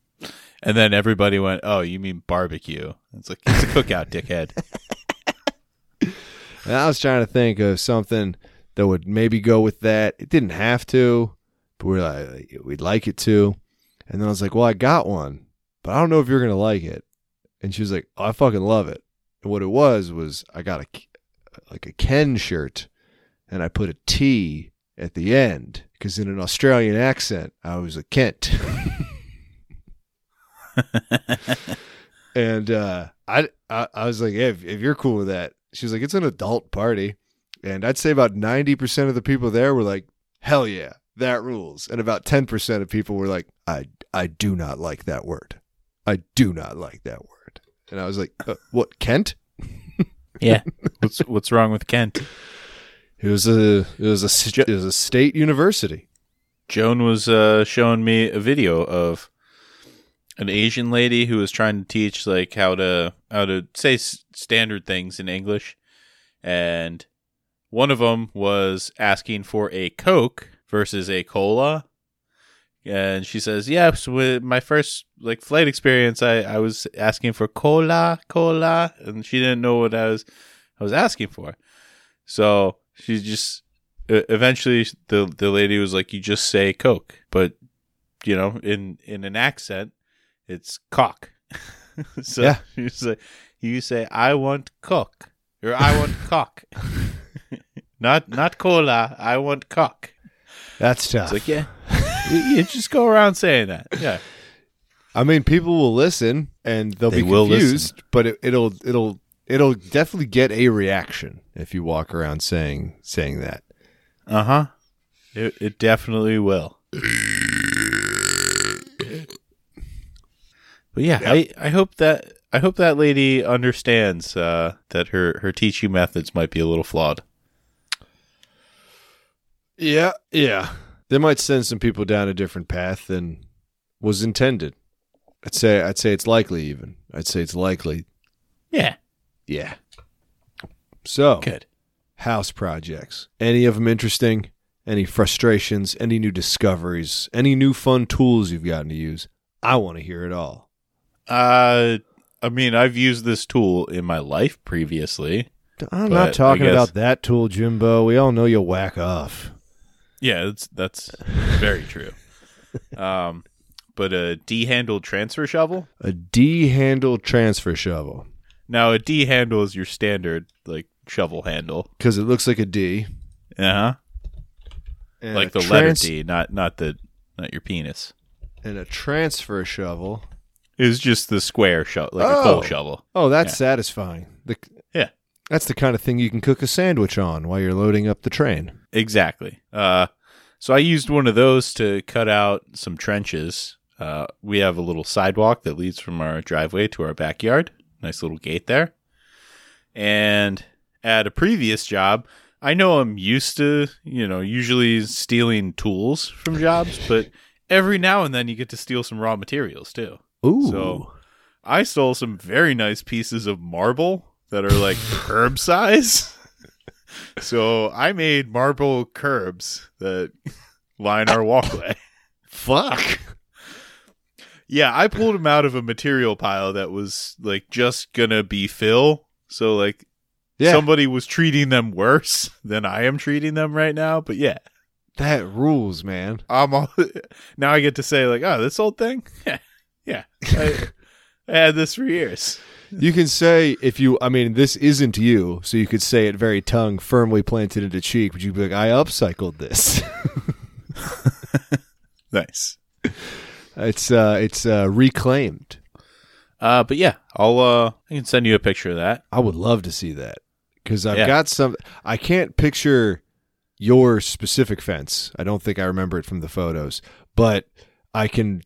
B: And then everybody went, "Oh, you mean barbecue?" It's like it's a cookout, dickhead.
A: And I was trying to think of something that would maybe go with that. It didn't have to, but we are like, we'd like it to. And then I was like, well, I got one, but I don't know if you're gonna like it. And she was like, oh, I fucking love it. And what it was was I got a K- like a Ken shirt, and I put a T at the end because in an Australian accent I was a Kent. and uh, I, I I was like, hey, if, if you're cool with that, she was like, it's an adult party, and I'd say about ninety percent of the people there were like, hell yeah, that rules, and about ten percent of people were like, I I do not like that word, I do not like that word, and I was like, uh, what Kent?
B: Yeah. what's what's wrong with Kent?
A: It was a it was a st- it was a state university.
B: Joan was uh, showing me a video of an Asian lady who was trying to teach like how to how to say s- standard things in English, and one of them was asking for a Coke versus a cola, and she says, "Yeah, so with my first like flight experience, I I was asking for cola, cola, and she didn't know what I was I was asking for, so she just." e- Eventually, the the lady was like, "You just say Coke," but you know, in in an accent, it's cock. so
A: Yeah.
B: you say you say I want cock or I want cock. not not cola, I want cock.
A: That's tough.
B: It's like yeah. you, you just go around saying that. Yeah.
A: I mean, people will listen and they'll
B: They
A: be
B: will
A: confused, but it, it'll it'll it'll definitely get a reaction if you walk around saying saying that.
B: Uh-huh. It it definitely will. But yeah, I, I hope that I hope that lady understands uh, that her, her teaching methods might be a little flawed.
A: Yeah, yeah. They might send some people down a different path than was intended. I'd say I'd say it's likely even. I'd say it's likely.
B: Yeah.
A: Yeah. So,
B: Good.
A: house projects. Any of them interesting? Any frustrations? Any new discoveries? Any new fun tools you've gotten to use? I want to hear it all.
B: Uh, I mean, I've used this tool in my life previously.
A: I'm
B: But I
A: not talking
B: guess-
A: about that tool, Jimbo. We all know you whack off.
B: Yeah, that's that's very true. Um, but a D-handle transfer shovel.
A: A D handle transfer shovel
B: Now, a D-handle is your standard like shovel handle.
A: because it looks like a D.
B: Uh huh.
A: and
B: Like
A: a
B: the letter
A: trans-
B: D, not not the not your penis.
A: And a transfer shovel.
B: It's just the square shovel, like a
A: Oh.
B: coal shovel.
A: Oh, that's
B: Yeah.
A: satisfying. The,
B: Yeah.
A: That's the kind of thing you can cook a sandwich on while you're loading up the train.
B: Exactly. Uh, so I used one of those to cut out some trenches. Uh, we have a little sidewalk that leads from our driveway to our backyard. Nice little gate there. And at a previous job, I know I'm used to, you know, usually stealing tools from jobs, but every now and then you get to steal some raw materials too.
A: Ooh.
B: So- I stole some very nice pieces of marble that are like curb size. So I made marble curbs that line our walkway.
A: Fuck.
B: Yeah, I pulled them out of a material pile that was like just gonna be fill. So like
A: Yeah.
B: somebody was treating them worse than I am treating them right now. But yeah,
A: that rules, man.
B: I'm all now I get to say like, oh, this old thing, yeah, yeah, I, I had this for years.
A: You can say if you, I mean, this isn't you, so you could say it very tongue firmly planted into cheek, but you'd be like, I upcycled this.
B: Nice.
A: it's uh, it's uh, reclaimed.
B: Uh, but yeah, I'll uh, I can send you a picture of that.
A: I would love to see that because I've
B: Yeah.
A: got some. I can't picture your specific fence. I don't think I remember it from the photos, but I can.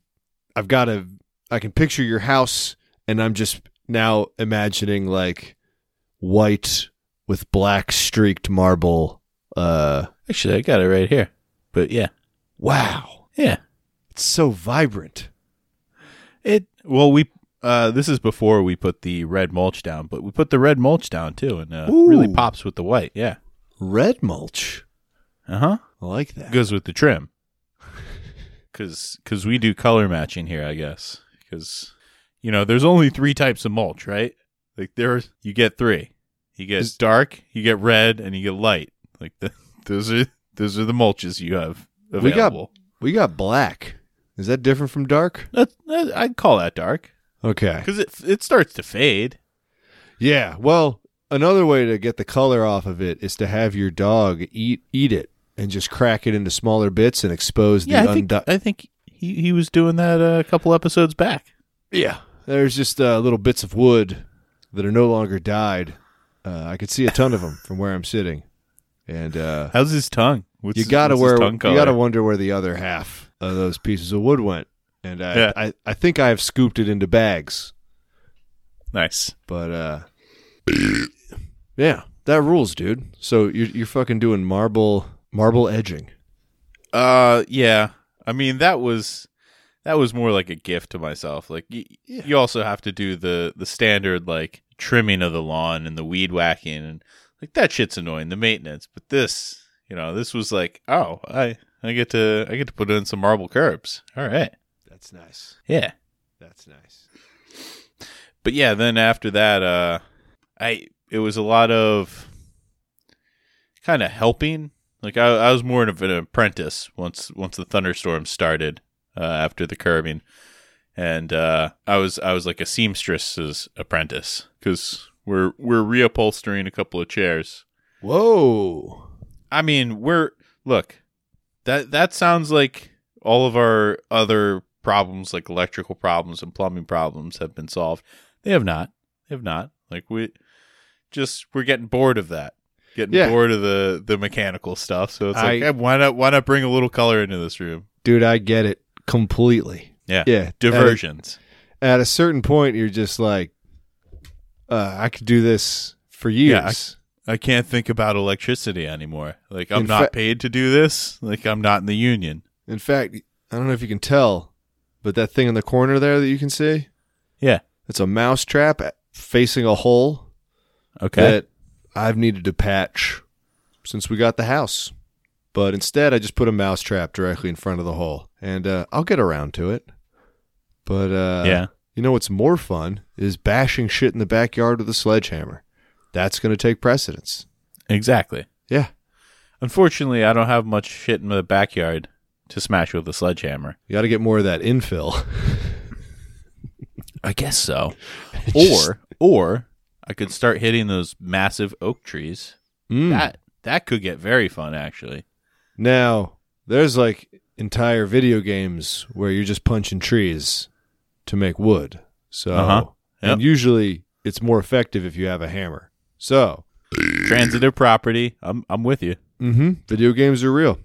A: I've got a. I can picture your house, and I'm just now imagining like white with black streaked marble. Uh,
B: Actually, I got it right here. But yeah,
A: wow,
B: yeah.
A: it's so vibrant.
B: It well, we uh, this is before we put the red mulch down, but we put the red mulch down too, and uh,
A: Ooh.
B: really pops with the white. Yeah,
A: Red mulch.
B: uh huh.
A: I like that.
B: Goes with the trim, because because we do color matching here, I guess. Because you know, there's only three types of mulch, right? Like there, you get three. You get
A: Is-
B: dark, you get red, and you get light. Like the, those are those are the mulches you have
A: We got-
B: available.
A: We got black. Is that different from dark?
B: That, that, I'd call that dark
A: Okay.
B: because it it starts to fade.
A: Yeah. Well, another way to get the color off of it is to have your dog eat eat it and just crack it into smaller bits and expose the
B: Yeah, I
A: undi-
B: think I think he he was doing that uh, a couple episodes back.
A: yeah. There's just uh, little bits of wood that are no longer dyed. Uh, I could see a ton of them from where I'm sitting, and uh,
B: How's his tongue? What's
A: you
B: his-
A: gotta
B: what's
A: where
B: his
A: you
B: tongue color?
A: gotta wonder where the other half of those pieces of wood went. And I,
B: Yeah.
A: I, I think I have scooped it into bags,
B: nice.
A: but uh, yeah, that rules, dude. So you're you're fucking doing marble marble edging.
B: Uh, yeah. I mean, that was that was more like a gift to myself. Like y-
A: Yeah.
B: you also have to do the the standard like trimming of the lawn and the weed whacking and like that shit's annoying, the maintenance. But this, you know, this was like, oh, I I get to I get to put in some marble curbs. All right.
A: That's nice.
B: Yeah.
A: That's nice.
B: but yeah, then after that, uh, I it was a lot of kind of helping. Like I, I was more of an apprentice once once the thunderstorm started uh, after the curbing, and uh, I was I was like a seamstress's apprentice because we're we're reupholstering a couple of chairs.
A: Whoa.
B: I mean, we're look that that sounds like all of our other problems, like electrical problems and plumbing problems, have been solved. They have not. They have not. Like we just we're getting bored of that, getting
A: Yeah.
B: bored of the the mechanical stuff. So it's like,
A: I-
B: eh, why not why not bring a little color into this room?
A: Dude, I get it completely.
B: Yeah.
A: Yeah. At
B: Diversions.
A: a, at a certain point, you're just like, uh, I could do this for years.
B: Yeah, I- I can't think about electricity anymore. Like I'm
A: In
B: not
A: fa-
B: paid to do this. Like I'm not in the union.
A: In fact, I don't know if you can tell, but that thing in the corner there that you can see?
B: Yeah.
A: It's a mouse trap facing a hole
B: Okay.
A: that I've needed to patch since we got the house. But instead, I just put a mouse trap directly in front of the hole. And uh, I'll get around to it. But uh,
B: yeah.
A: you know what's more fun is bashing shit in the backyard with a sledgehammer. That's going to take precedence.
B: Exactly.
A: Yeah.
B: Unfortunately, I don't have much shit in the backyard to smash with a sledgehammer.
A: You got to get more of that infill.
B: I guess so.
A: Just-
B: or or I could start hitting those massive oak trees.
A: Mm.
B: That that could get very fun actually.
A: Now, there's like entire video games where you're just punching trees to make wood. So,
B: Uh-huh. Yep.
A: and usually it's more effective if you have a hammer. So,
B: Transitive property. I'm I'm with you.
A: hmm video games are real.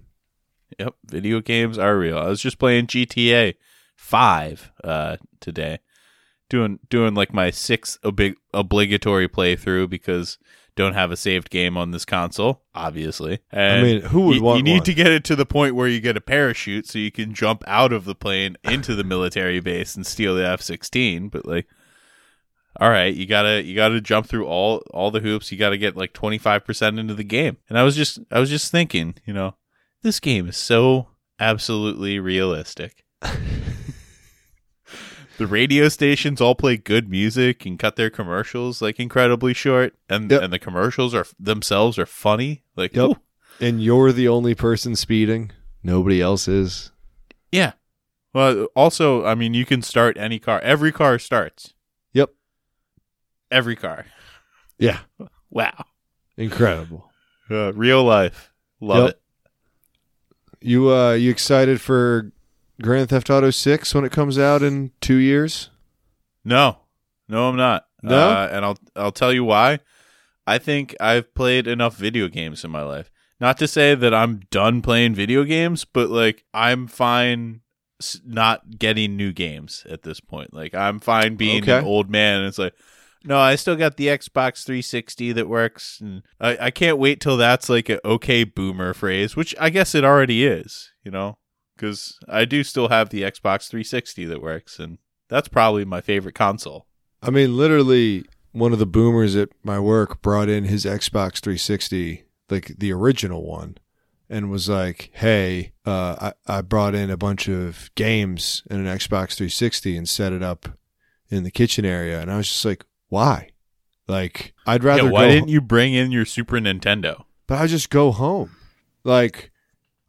B: Yep. Video games are real. I was just playing GTA 5 uh, today, doing doing like my sixth obli- obligatory playthrough because don't have a saved game on this console, obviously. And
A: mean, who would
B: you,
A: want
B: You need
A: one?
B: to get it to the point where you get a parachute so you can jump out of the plane into the military base and steal the F-16. But like, all right, you gotta you gotta jump through all all the hoops. You gotta get like twenty five percent into the game. And I was just I was just thinking, you know, this game is so absolutely realistic. the radio stations all play good music and cut their commercials like incredibly short, and
A: Yep.
B: and the commercials are themselves are funny. Like,
A: Yep.
B: ooh,
A: And you're the only person speeding. Nobody else is.
B: yeah. Well, also, I mean, you can start any car. Every car starts.
A: Yep.
B: Every car.
A: Yeah.
B: Wow.
A: Incredible.
B: Uh, real life. Love
A: Yep.
B: it.
A: You uh you excited for Grand Theft Auto 6 when it comes out in 2 years?
B: No, no, I'm not.
A: No?
B: uh, and I'll I'll tell you why. I think I've played enough video games in my life. Not to say that I'm done playing video games, but like I'm fine s- not getting new games at this point. Like I'm fine being
A: Okay.
B: an old man. And it's like, no, I still got the Xbox 360 that works, and I, I can't wait till that's like an okay boomer phrase, which I guess it already is. You know, because I do still have the Xbox 360 that works, and that's probably my favorite console.
A: I mean, literally, one of the boomers at my work brought in his Xbox 360, like the original one, and was like, "Hey, uh, I I brought in a bunch of games and an Xbox 360 and set it up in the kitchen area." And I was just like, "Why? Like, I'd rather
B: Yeah, why
A: go,
B: didn't you bring in your Super Nintendo?
A: but I just go home. Like,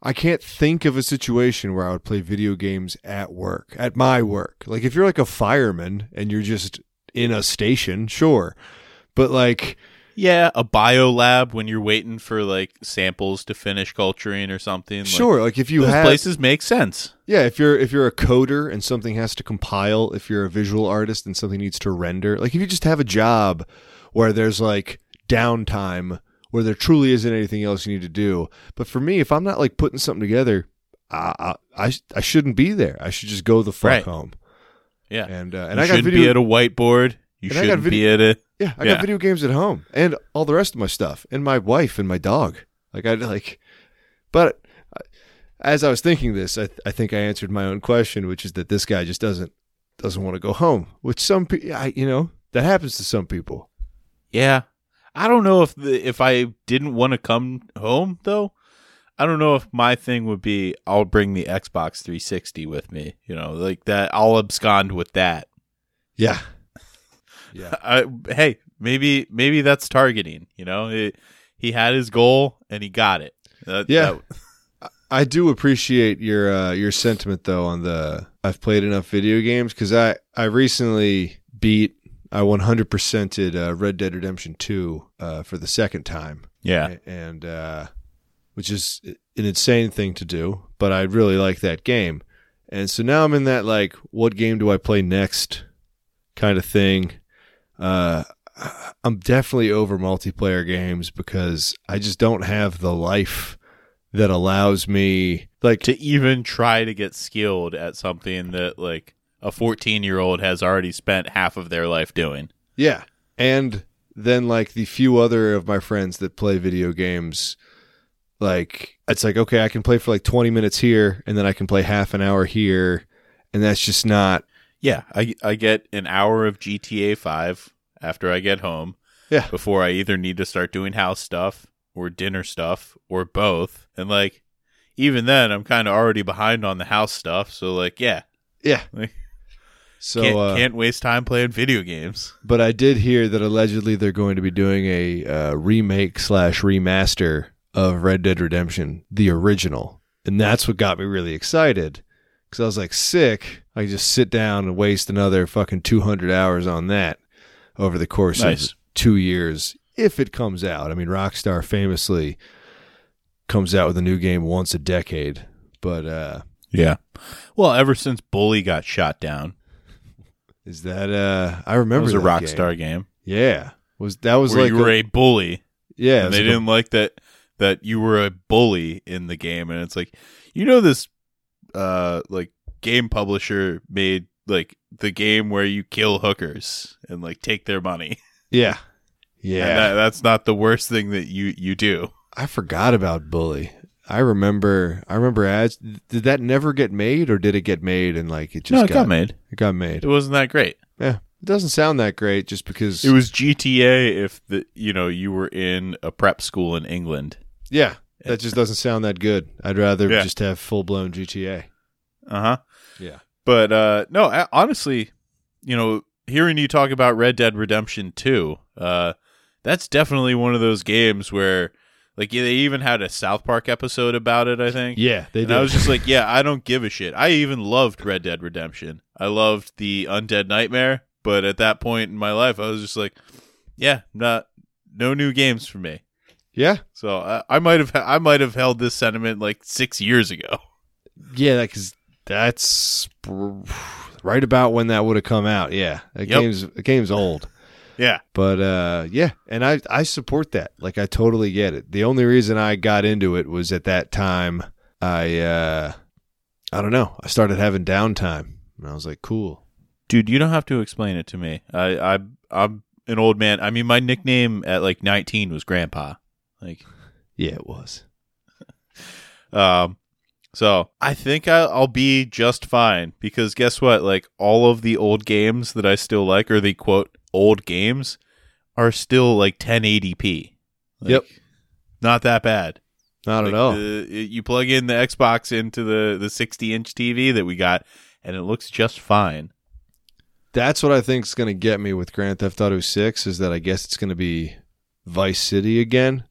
A: I can't think of a situation where I would play video games at work, at my work. Like, if you're like a fireman and you're just in a station, sure. But like,
B: Yeah, a bio lab when you're waiting for like samples to finish culturing or something. like,
A: sure, like if you
B: those
A: have,
B: places make sense.
A: yeah, if you're if you're a coder and something has to compile, if you're a visual artist and something needs to render, like if you just have a job where there's like downtime where there truly isn't anything else you need to do. But for me, if I'm not like putting something together, I I, I, I shouldn't be there. I should just go the fuck
B: Right.
A: home.
B: Yeah,
A: And uh,
B: you
A: and I got
B: shouldn't be
A: video
B: at a whiteboard. You
A: And I got
B: shouldn't
A: vid-
B: be at a.
A: yeah, I
B: yeah.
A: got video games at home and all the rest of my stuff and my wife and my dog. Like I like but I- as I was thinking this, I, th- I think I answered my own question, which is that this guy just doesn't doesn't want to go home. Which some pe- I, you know, that happens to some people.
B: Yeah. I don't know if the, if I didn't want to come home though. I don't know if my thing would be I'll bring the Xbox 360 with me, you know, like that I'll abscond with that.
A: Yeah, yeah,
B: I, hey, maybe maybe that's targeting, you know. It, he had his goal and he got it. That-
A: Yeah.
B: that-
A: I do appreciate your uh, your sentiment though on the I've played enough video games because I I recently beat I 100 percented uh, Red Dead Redemption 2 uh, for the second time,
B: yeah.
A: A- and uh, which is an insane thing to do, but I really like that game, and so now I'm in that like what game do I play next kind of thing. Uh, I'm definitely over multiplayer games because I just don't have the life that allows me like
B: to even try to get skilled at something that like a 14 year old has already spent half of their life doing
A: Yeah. And then like the few other of my friends that play video games like it's like okay, I can play for like 20 minutes here and then I can play half an hour here and that's just not
B: yeah i, I get an hour of gta 5 after i get home
A: Yeah.
B: before i either need to start doing house stuff or dinner stuff or both and like even then i'm kind of already behind on the house stuff so like yeah
A: yeah.
B: Like,
A: So
B: can't,
A: uh,
B: can't waste time playing video games
A: but I did hear that allegedly they're going to be doing a uh, remake slash remaster of Red Dead Redemption, the original, and that's what got me really excited because I was like, sick. I can just sit down and waste another fucking two hundred hours on that over the course
B: Nice.
A: of two years if it comes out. I mean, Rockstar famously comes out with a new game once a decade, but uh,
B: yeah well ever since bully got shot down
A: is that uh? I
B: that
A: remember
B: was a
A: that game.
B: rockstar game,
A: Yeah, was that was
B: where
A: like
B: you were
A: a-
B: a bully
A: yeah, it
B: and
A: was
B: they
A: like a-
B: didn't like that that you were a bully in the game and it's like you know this uh like game publisher made like the game where you kill hookers and like take their money
A: Yeah.
B: And
A: Yeah.
B: that, that's not the worst thing that you you do
A: I forgot about Bully. I remember I remember ads did that never get made or did it get made and like it just got,
B: made
A: it got
B: it
A: made.
B: wasn't that great
A: Yeah. It doesn't sound that great just because
B: it was gta if the you know you were in a prep school in england
A: Yeah. That just doesn't sound that good. I'd rather
B: Yeah.
A: just have full blown GTA.
B: uh-huh
A: Yeah.
B: But uh, no, I, honestly, you know, hearing you talk about Red Dead Redemption 2, uh, that's definitely one of those games where, like, yeah, they even had a South Park episode about it, I think.
A: Yeah, they
B: And
A: did.
B: I was just like, yeah, I don't give a shit. I even loved Red Dead Redemption. I loved the Undead Nightmare, but at that point in my life, I was just like, yeah, not no new games for me.
A: yeah.
B: So I, I might have I might have held this sentiment like six years ago.
A: Yeah, because that's pr- right about when that would have come out. Yeah. That
B: Yep.
A: game's the game's old.
B: Yeah,
A: But uh, yeah, and I I support that. Like I totally get it. The only reason I got into it was at that time I uh, I don't know. I started having downtime, and I was like, cool.
B: dude you don't have to explain it to me i i i'm an old man i mean my nickname at like 19 was grandpa like
A: Yeah, it was.
B: um so i think I, i'll be just fine because guess what like all of the old games that i still like or the quote old games are still like 1080p Like,
A: Yep.
B: not that bad
A: Not
B: Like, uh,
A: at all.
B: the- it- you plug in the xbox into the the 60 inch tv that we got and it looks just fine
A: That's what I think is going to get me with Grand Theft Auto 6 is that I guess it's going to be Vice City again.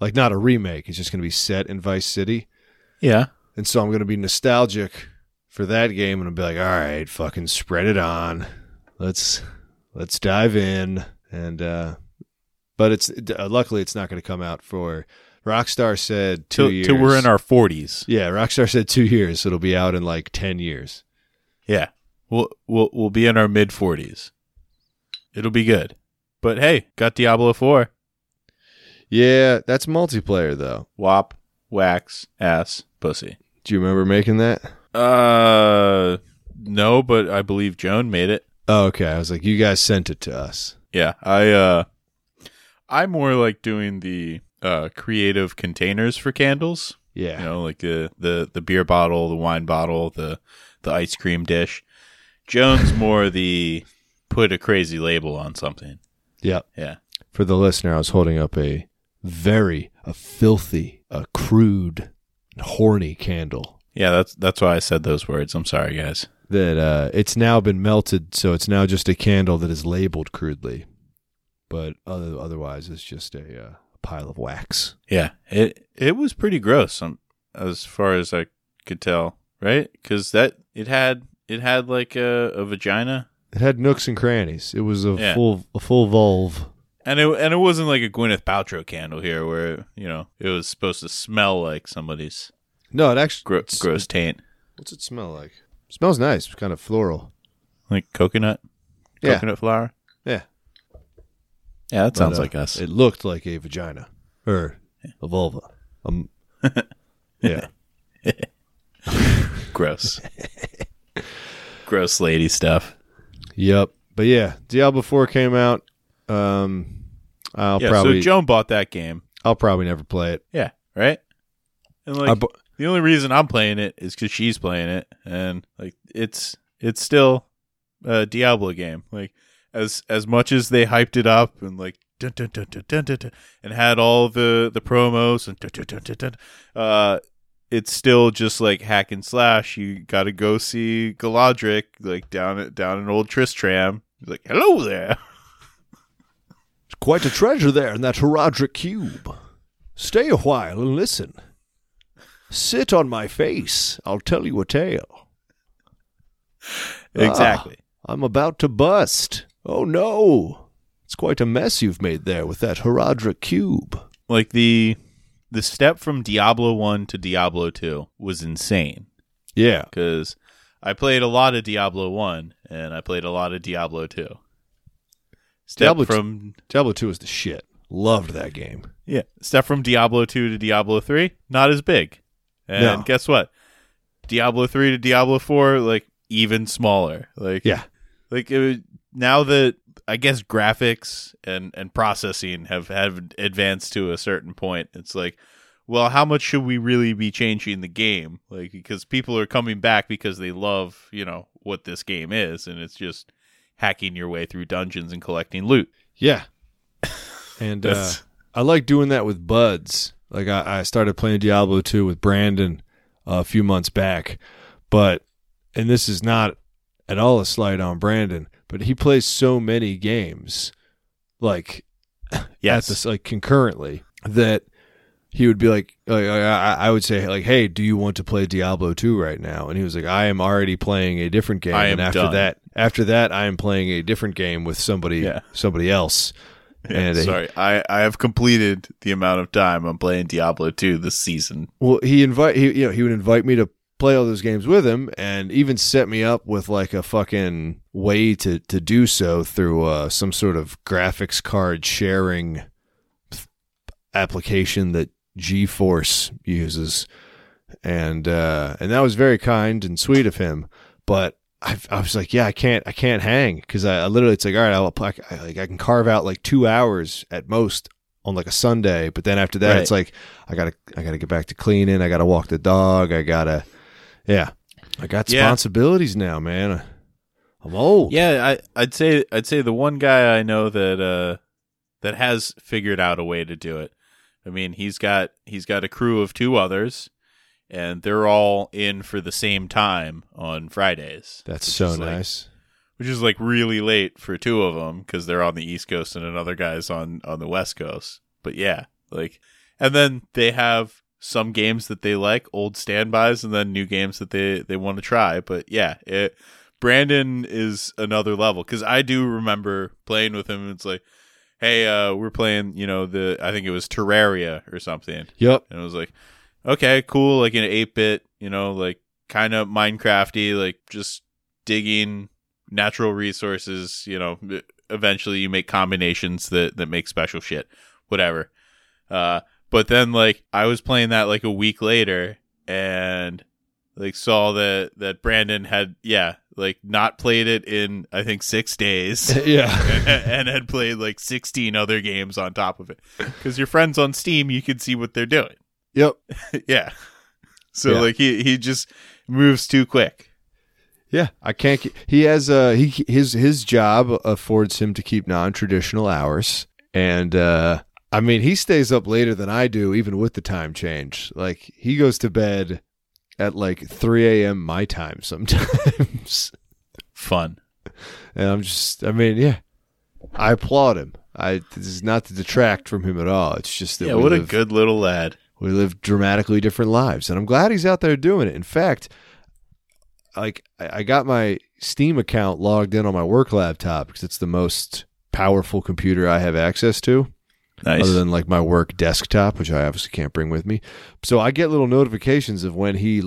A: Like not a remake, it's just going to be set in Vice City.
B: yeah
A: And so I'm going to be nostalgic for that game and I'll be like, all right, fucking spread it on. Let's let's dive in and uh but it's uh, luckily it's not going to come out for Rockstar said 2
B: till,
A: years.
B: till we're in our 40s
A: Yeah, Rockstar said 2 years, so it'll be out in like 10 years.
B: Yeah. We'll we'll we'll be in our mid 40s. It'll be good. But hey, got Diablo 4.
A: Yeah, that's multiplayer though.
B: Wop, wax, ass, pussy.
A: Do you remember making that?
B: Uh no, but I believe Joan made it.
A: Oh, okay. I was like, you guys sent it to us.
B: Yeah. I uh I more like doing the uh creative containers for candles.
A: Yeah.
B: you know, like uh, the the beer bottle, the wine bottle, the the ice cream dish. Jones more the put a crazy label on something.
A: Yeah.
B: Yeah.
A: For the listener, I was holding up a very a filthy, a crude, horny candle
B: Yeah, that's that's why I said those words. I'm sorry, guys.
A: that uh, it's now been melted, so it's now just a candle that is labeled crudely, but other, otherwise it's just a uh, pile of wax.
B: Yeah, it it was pretty gross um, as far as I could tell, right? Because that it had it had like a, a vagina,
A: It had nooks and crannies. It was a
B: Yeah.
A: full a full vulve.
B: and it and it wasn't like a Gwyneth Paltrow candle here, where you know it was supposed to smell like somebody's
A: No, it actually
B: gro-
A: it's-
B: gross taint,
A: What's it smell like? smells nice. It's kind of floral.
B: like coconut,
A: Yeah.
B: coconut flour.
A: Yeah.
B: Yeah, that sounds
A: But, uh,
B: like us.
A: It looked like a vagina or a vulva. Um, yeah.
B: gross, gross lady stuff.
A: Yep. But yeah, Diablo Four came out. Um, I'll
B: yeah,
A: probably
B: so Joan bought that game.
A: I'll probably never play it.
B: Yeah, right. And like
A: I bu-
B: The only reason I'm playing it is because she's playing it, and like it's it's still a Diablo game. Like as as much as they hyped it up and like dun, dun, dun, dun, dun, dun, dun, and had all the the promos and dun, dun, dun, dun, dun, uh, it's still just like hack and slash. You got to go see Galadric like down at down in old Tristram. He's like, hello there.
A: Ah. There's quite a treasure there in that Herodric cube. Stay a while and listen. Sit on my face. I'll tell you a tale.
B: Exactly.
A: I'm about to bust. Oh no! It's quite a mess you've made there with that Herodric cube.
B: Like the the step from Diablo one to Diablo two was insane.
A: Yeah.
B: because I played a lot of Diablo one and I played a lot of Diablo two. Step
A: Diablo t-
B: from
A: Diablo 2 is the shit. Loved that game.
B: yeah, step from Diablo two to Diablo three, not as big. And
A: No.
B: guess what? Diablo three to Diablo four, like even smaller. Like
A: Yeah.
B: like it, was- now that I guess graphics and and processing have have advanced to a certain point, it's like. Well, how much should we really be changing the game? Like, because people are coming back because they love, you know, what this game is, and it's just hacking your way through dungeons and collecting loot.
A: Yeah. And uh,
B: That's-
A: I like doing that with buds. Like I, I started playing Diablo 2 with Brandon uh, a few months back, but and this is not at all a slight on Brandon, but he plays so many games like at
B: Yes,
A: this like concurrently that he would be like, like I, I I would say like, hey, do you want to play Diablo 2 right now? And he was like, I am already playing a different game,
B: I
A: and
B: am
A: after
B: done.
A: that, after that, I am playing a different game with somebody,
B: Yeah.
A: somebody else.
B: Yeah,
A: and he-
B: sorry, I, I have completed the amount of time I'm playing Diablo 2 this season.
A: Well, he invite he you know he would invite me to play all those games with him, and even set me up with like a fucking way to to do so through uh, some sort of graphics card sharing th- application that GeForce uses, and uh, and that was very kind and sweet of him, but. I, I was like, yeah, I can't, I can't hang because I, I literally, it's like, all right, I'll, I, I, like, I can carve out like two hours at most on like a Sunday, but then after that,
B: Right.
A: it's like, I gotta, I gotta get back to cleaning, I gotta walk the dog, I gotta, yeah, I got
B: Yeah.
A: responsibilities now, man. I'm old.
B: Yeah, I, I'd say I'd say the one guy I know that uh, that has figured out a way to do it. I mean, he's got he's got a crew of two others, and they're all in for the same time on Fridays,
A: that's
B: which
A: so
B: is, like-
A: nice.
B: which is like really late for two of them because they're on the East Coast and another guy's on on the West Coast. But yeah, like, and then they have some games that they like, old standbys, and then new games that they they want to try. But yeah, it, Brandon is another level because I do remember playing with him. And it's like, hey, uh, we're playing, you know, the I think it was Terraria or something,
A: Yep.
B: and it was like, okay, cool, like an eight bit, you know, like kind of Minecrafty, like just digging natural resources. You know, e, eventually you make combinations that that make special shit, whatever. Uh, but then like I was playing that like a week later and like saw that that Brandon had yeah like not played it in I think six days
A: yeah.
B: and had played like 16 other games on top of it because your friends on steam you can see what they're doing
A: Yep.
B: yeah. So
A: Yeah.
B: like he he just moves too quick.
A: Yeah, I can't. Ke- he has uh he his his job affords him to keep non traditional hours, and uh I mean he stays up later than I do, even with the time change. Like he goes to bed at like three a.m. my time sometimes,
B: Fun.
A: and I'm just I mean yeah, I applaud him. I this is not to detract from him at all. It's just that
B: Yeah,
A: we
B: what a
A: live-
B: good little lad.
A: we live dramatically different lives, and I'm glad he's out there doing it. In fact, like I I got my Steam account logged in on my work laptop because it's the most powerful computer I have access to,
B: Nice.
A: other than like my work desktop, which I obviously can't bring with me. So I get little notifications of when he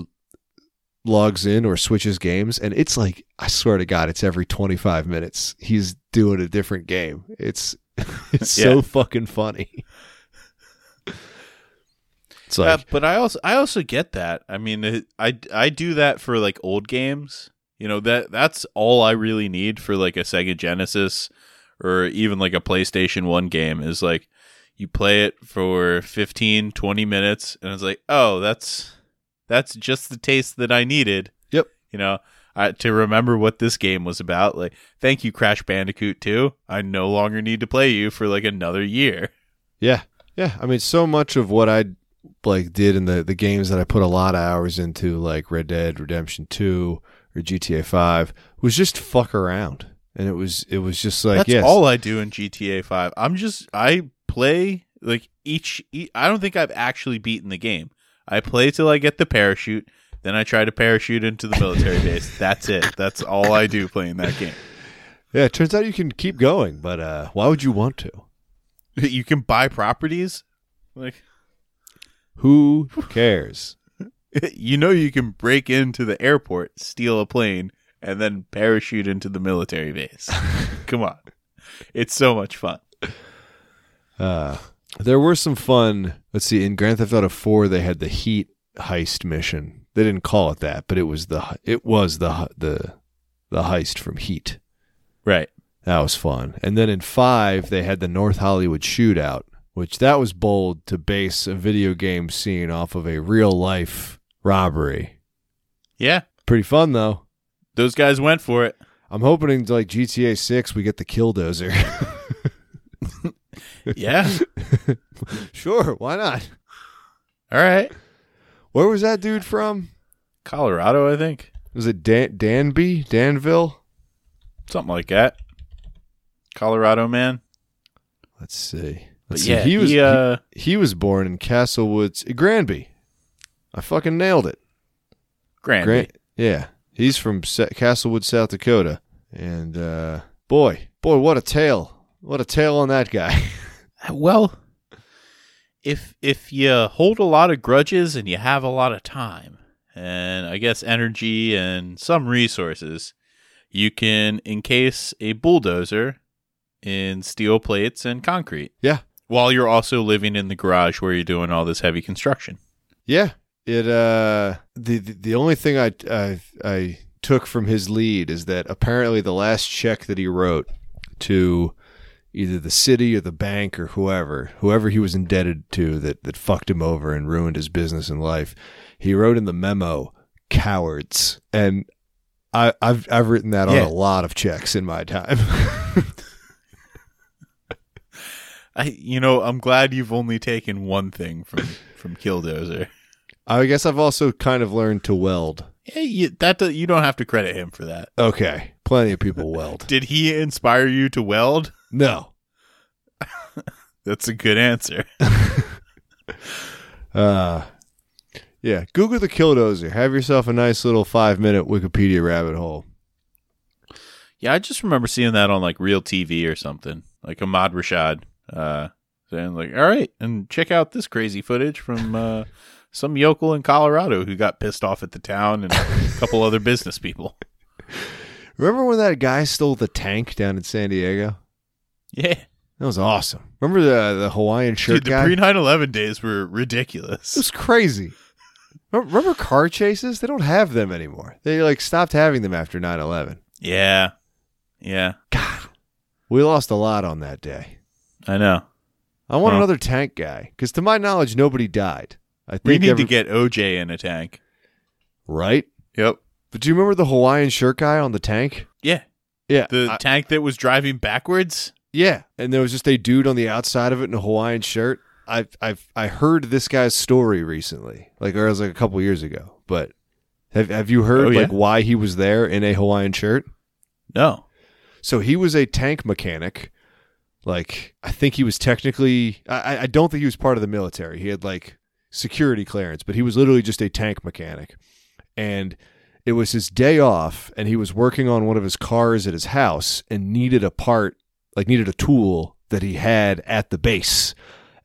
A: logs in or switches games, and it's like I swear to God, it's every 25 minutes he's doing a different game. It's it's so
B: Yeah.
A: fucking funny. It's
B: Yeah,
A: like
B: but I also I also get that. I mean, it- I I do that for like old games. You know that that's all I really need for like a Sega Genesis or even like a PlayStation 1 game is like you play it for 15 20 minutes and it's like, "Oh, that's that's just the taste that I needed."
A: Yep.
B: You know, I, to remember what this game was about. Like, thank you Crash Bandicoot 2. I no longer need to play you for like another year.
A: Yeah. Yeah. I mean, so much of what I like did in the, the games that I put a lot of hours into, like Red Dead Redemption 2 or GTA 5, was just fuck around. And it was, it was just like,
B: That's
A: yes.
B: all I do in GTA 5. I'm just I play like each, e I don't think I've actually beaten the game. I play till I get the parachute, then I try to parachute into the military base. That's it. That's all I do playing that game.
A: yeah. It turns out you can keep going, but uh, why would you want to?
B: You can buy properties? Like
A: Who cares?
B: you know you can break into the airport, steal a plane, and then parachute into the military base. Come on. It's so much fun.
A: Uh, there were some fun. Let's see. In Grand Theft Auto 4, they had the heat heist mission. They didn't call it that, but it was the it was the the the heist from Heat.
B: Right.
A: That was fun. And then in five, they had the North Hollywood shootout, which that was bold to base a video game scene off of a real life robbery.
B: Yeah.
A: Pretty fun though.
B: Those guys went for it.
A: I'm hoping like GTA six we get the killdozer.
B: Yeah.
A: sure, why not?
B: All right.
A: Where was that dude from?
B: Colorado, I think.
A: Was it Dan- Danby? Danville?
B: something like that. Colorado man,
A: Let's see.
B: but
A: Let's see.
B: yeah,
A: he was
B: he, uh,
A: he, he was born in Castlewoods, Granby. I fucking nailed it.
B: Granby.
A: Grant, yeah, he's from Sa- Castlewood, South Dakota, and uh, boy, boy, what a tale! What a tale on that guy.
B: Well, if if you hold a lot of grudges and you have a lot of time and I guess energy and some resources, you can encase a bulldozer in steel plates and concrete.
A: Yeah.
B: While you're also living in the garage where you're doing all this heavy construction.
A: yeah, it. Uh, the, the the only thing I, I I took from his lead is that apparently the last check that he wrote to either the city or the bank or whoever, whoever he was indebted to that that fucked him over and ruined his business and life, he wrote in the memo, "Cowards," and I, I've I've written that
B: Yeah.
A: on a lot of checks in my time.
B: I you know, I'm glad you've only taken one thing from from Killdozer.
A: I guess I've also kind of learned to weld.
B: Yeah, you, that do- you don't have to credit him for that.
A: Okay, plenty of people weld.
B: Did he inspire you to weld?
A: No,
B: That's a good answer.
A: uh, yeah. Google the killdozer. Have yourself a nice little five minute Wikipedia rabbit hole.
B: Yeah, I just remember seeing that on like real TV or something, like Ahmad Rashad uh, saying like, "All right, and check out this crazy footage from uh, some yokel in Colorado who got pissed off at the town and a couple other business people."
A: Remember when that guy stole the tank down in San Diego?
B: Yeah,
A: That was awesome. Remember the the Hawaiian shirt
B: dude, the
A: guy?
B: pre 9/11 days were
A: it
B: ridiculous.
A: was crazy. Remember- Remember car chases? They don't have them anymore. They like stopped having them after 9-11.
B: Yeah, yeah,
A: We lost a lot on that day.
B: I know.
A: I want
B: Huh.
A: another tank guy because, to my knowledge, nobody died. I
B: We
A: think
B: need
A: every-
B: to get OJ in a tank.
A: right.
B: Yep.
A: But do you remember the Hawaiian shirt guy on the tank?
B: Yeah.
A: Yeah,
B: The
A: I-
B: tank that was driving backwards.
A: yeah. And there was just a dude on the outside of it in a Hawaiian shirt. I I I heard this guy's story recently, like or it was like a couple years ago. But have have you heard
B: Oh, yeah?
A: like why he was there in a Hawaiian shirt?
B: No.
A: So he was a tank mechanic. Like I think he was technically I, I- I don't think he was part of the military. He had like security clearance, but he was literally just a tank mechanic. And it was his day off and he was working on one of his cars at his house and needed a part like needed a tool that he had at the base.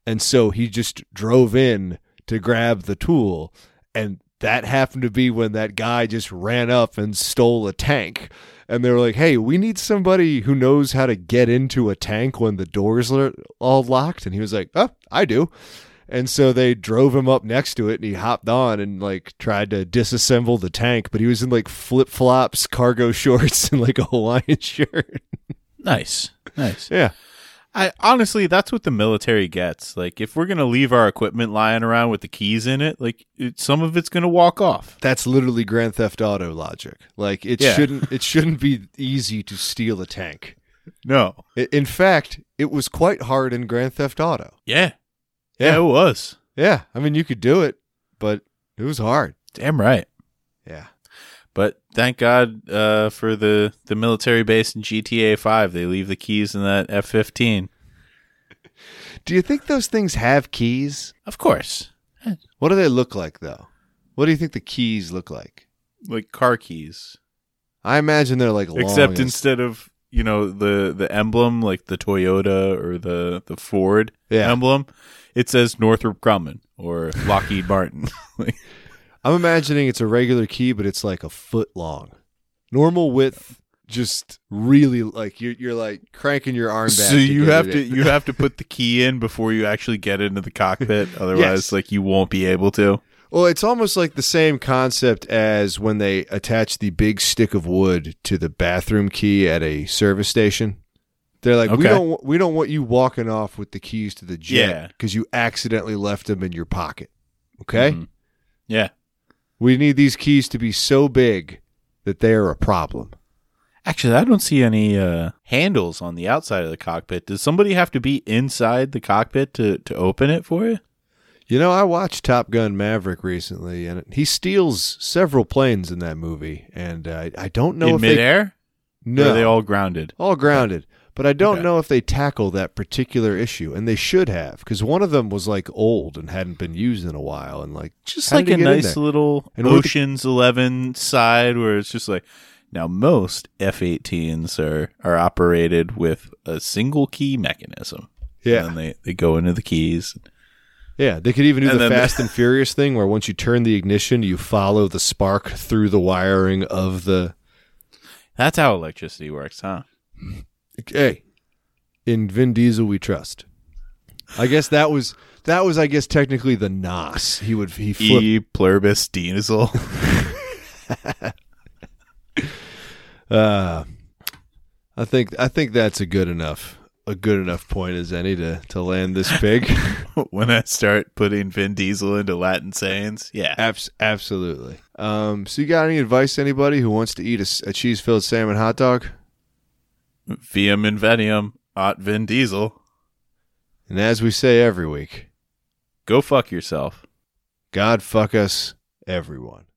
A: And so he just drove in to grab the tool and that happened to be when that guy just ran up and stole a tank and they were like, "Hey, we need somebody who knows how to get into a tank when the doors are all locked." And he was like, "Oh, I do." And so they drove him up next to it, and he hopped on and like tried to disassemble the tank, but he was in like flip flops, cargo shorts, and like a Hawaiian shirt.
B: Nice. Nice.
A: yeah,
B: I honestly, that's what the military gets. Like, if we're gonna leave our equipment lying around with the keys in it, like it, some of it's gonna walk off.
A: that's literally Grand Theft Auto logic. Like it
B: Yeah.
A: shouldn't it shouldn't be easy to steal a tank.
B: No.
A: I- In fact, it was quite hard in Grand Theft Auto.
B: Yeah.
A: Yeah.
B: Yeah, it was.
A: Yeah, I mean you could do it, but it was hard.
B: Damn right.
A: Yeah.
B: But thank God uh, for the the military base in GTA Five. They leave the keys in that F fifteen.
A: Do you think those things have keys?
B: Of course,
A: What do they look like, though? What do you think the keys look like?
B: like car keys,
A: I imagine they're like long.
B: except
A: and-
B: instead of you know the the emblem like the Toyota or the the Ford
A: Yeah.
B: emblem, it says Northrop Grumman or Lockheed Martin. Like,
A: I'm imagining it's a regular key, but it's like a foot long, normal width. Just really like you're, you're like cranking your arm back.
B: so you
A: get
B: have
A: it
B: to
A: in.
B: you have to put the key in before you actually get into the cockpit. Otherwise,
A: Yes.
B: like you won't be able to.
A: Well, it's almost like the same concept as when they attach the big stick of wood to the bathroom key at a service station. They're like, we
B: Okay.
A: don't wa- we don't want you walking off with the keys to the
B: Yeah.
A: jet because you accidentally left them in your pocket. Okay,
B: Mhm. Yeah.
A: we need these keys to be so big that they are a problem.
B: Actually, I don't see any uh, handles on the outside of the cockpit. Does somebody have to be inside the cockpit to, to open it for you?
A: You know, I watched Top Gun Maverick recently, and he steals several planes in that movie, and uh, I don't know
B: In
A: if
B: midair?
A: they
B: Or
A: no
B: Are they all grounded?
A: all grounded. But I don't
B: Okay.
A: know if they tackle that particular issue, and they should have, because one of them was like old and hadn't been used in a while, and like
B: Just
A: how
B: like
A: did
B: a
A: it get in
B: nice
A: there?
B: little
A: And what the-
B: Ocean's Eleven side where it's just like, now most F-18s are, are operated with a single key mechanism.
A: yeah,
B: And they, they go into the keys.
A: yeah. They could even do
B: And
A: the
B: then-
A: Fast and Furious thing, where once you turn the ignition, you follow the spark through the wiring of the.
B: That's how electricity works, huh?
A: Hey, in Vin Diesel we trust. I guess that was that was I guess technically the nos he would he flipped.
B: E pluribus diesel.
A: Uh, I think I think that's a good enough a good enough point as any to to land this big.
B: when I start putting Vin Diesel into Latin sayings, yeah.
A: Abs- absolutely. Um, so you got any advice to anybody who wants to eat a s- a, cheese filled salmon hot dog?
B: Viam Invenium, Ot Vin Diesel.
A: And as we say every week,
B: Go fuck yourself.
A: God fuck us, everyone.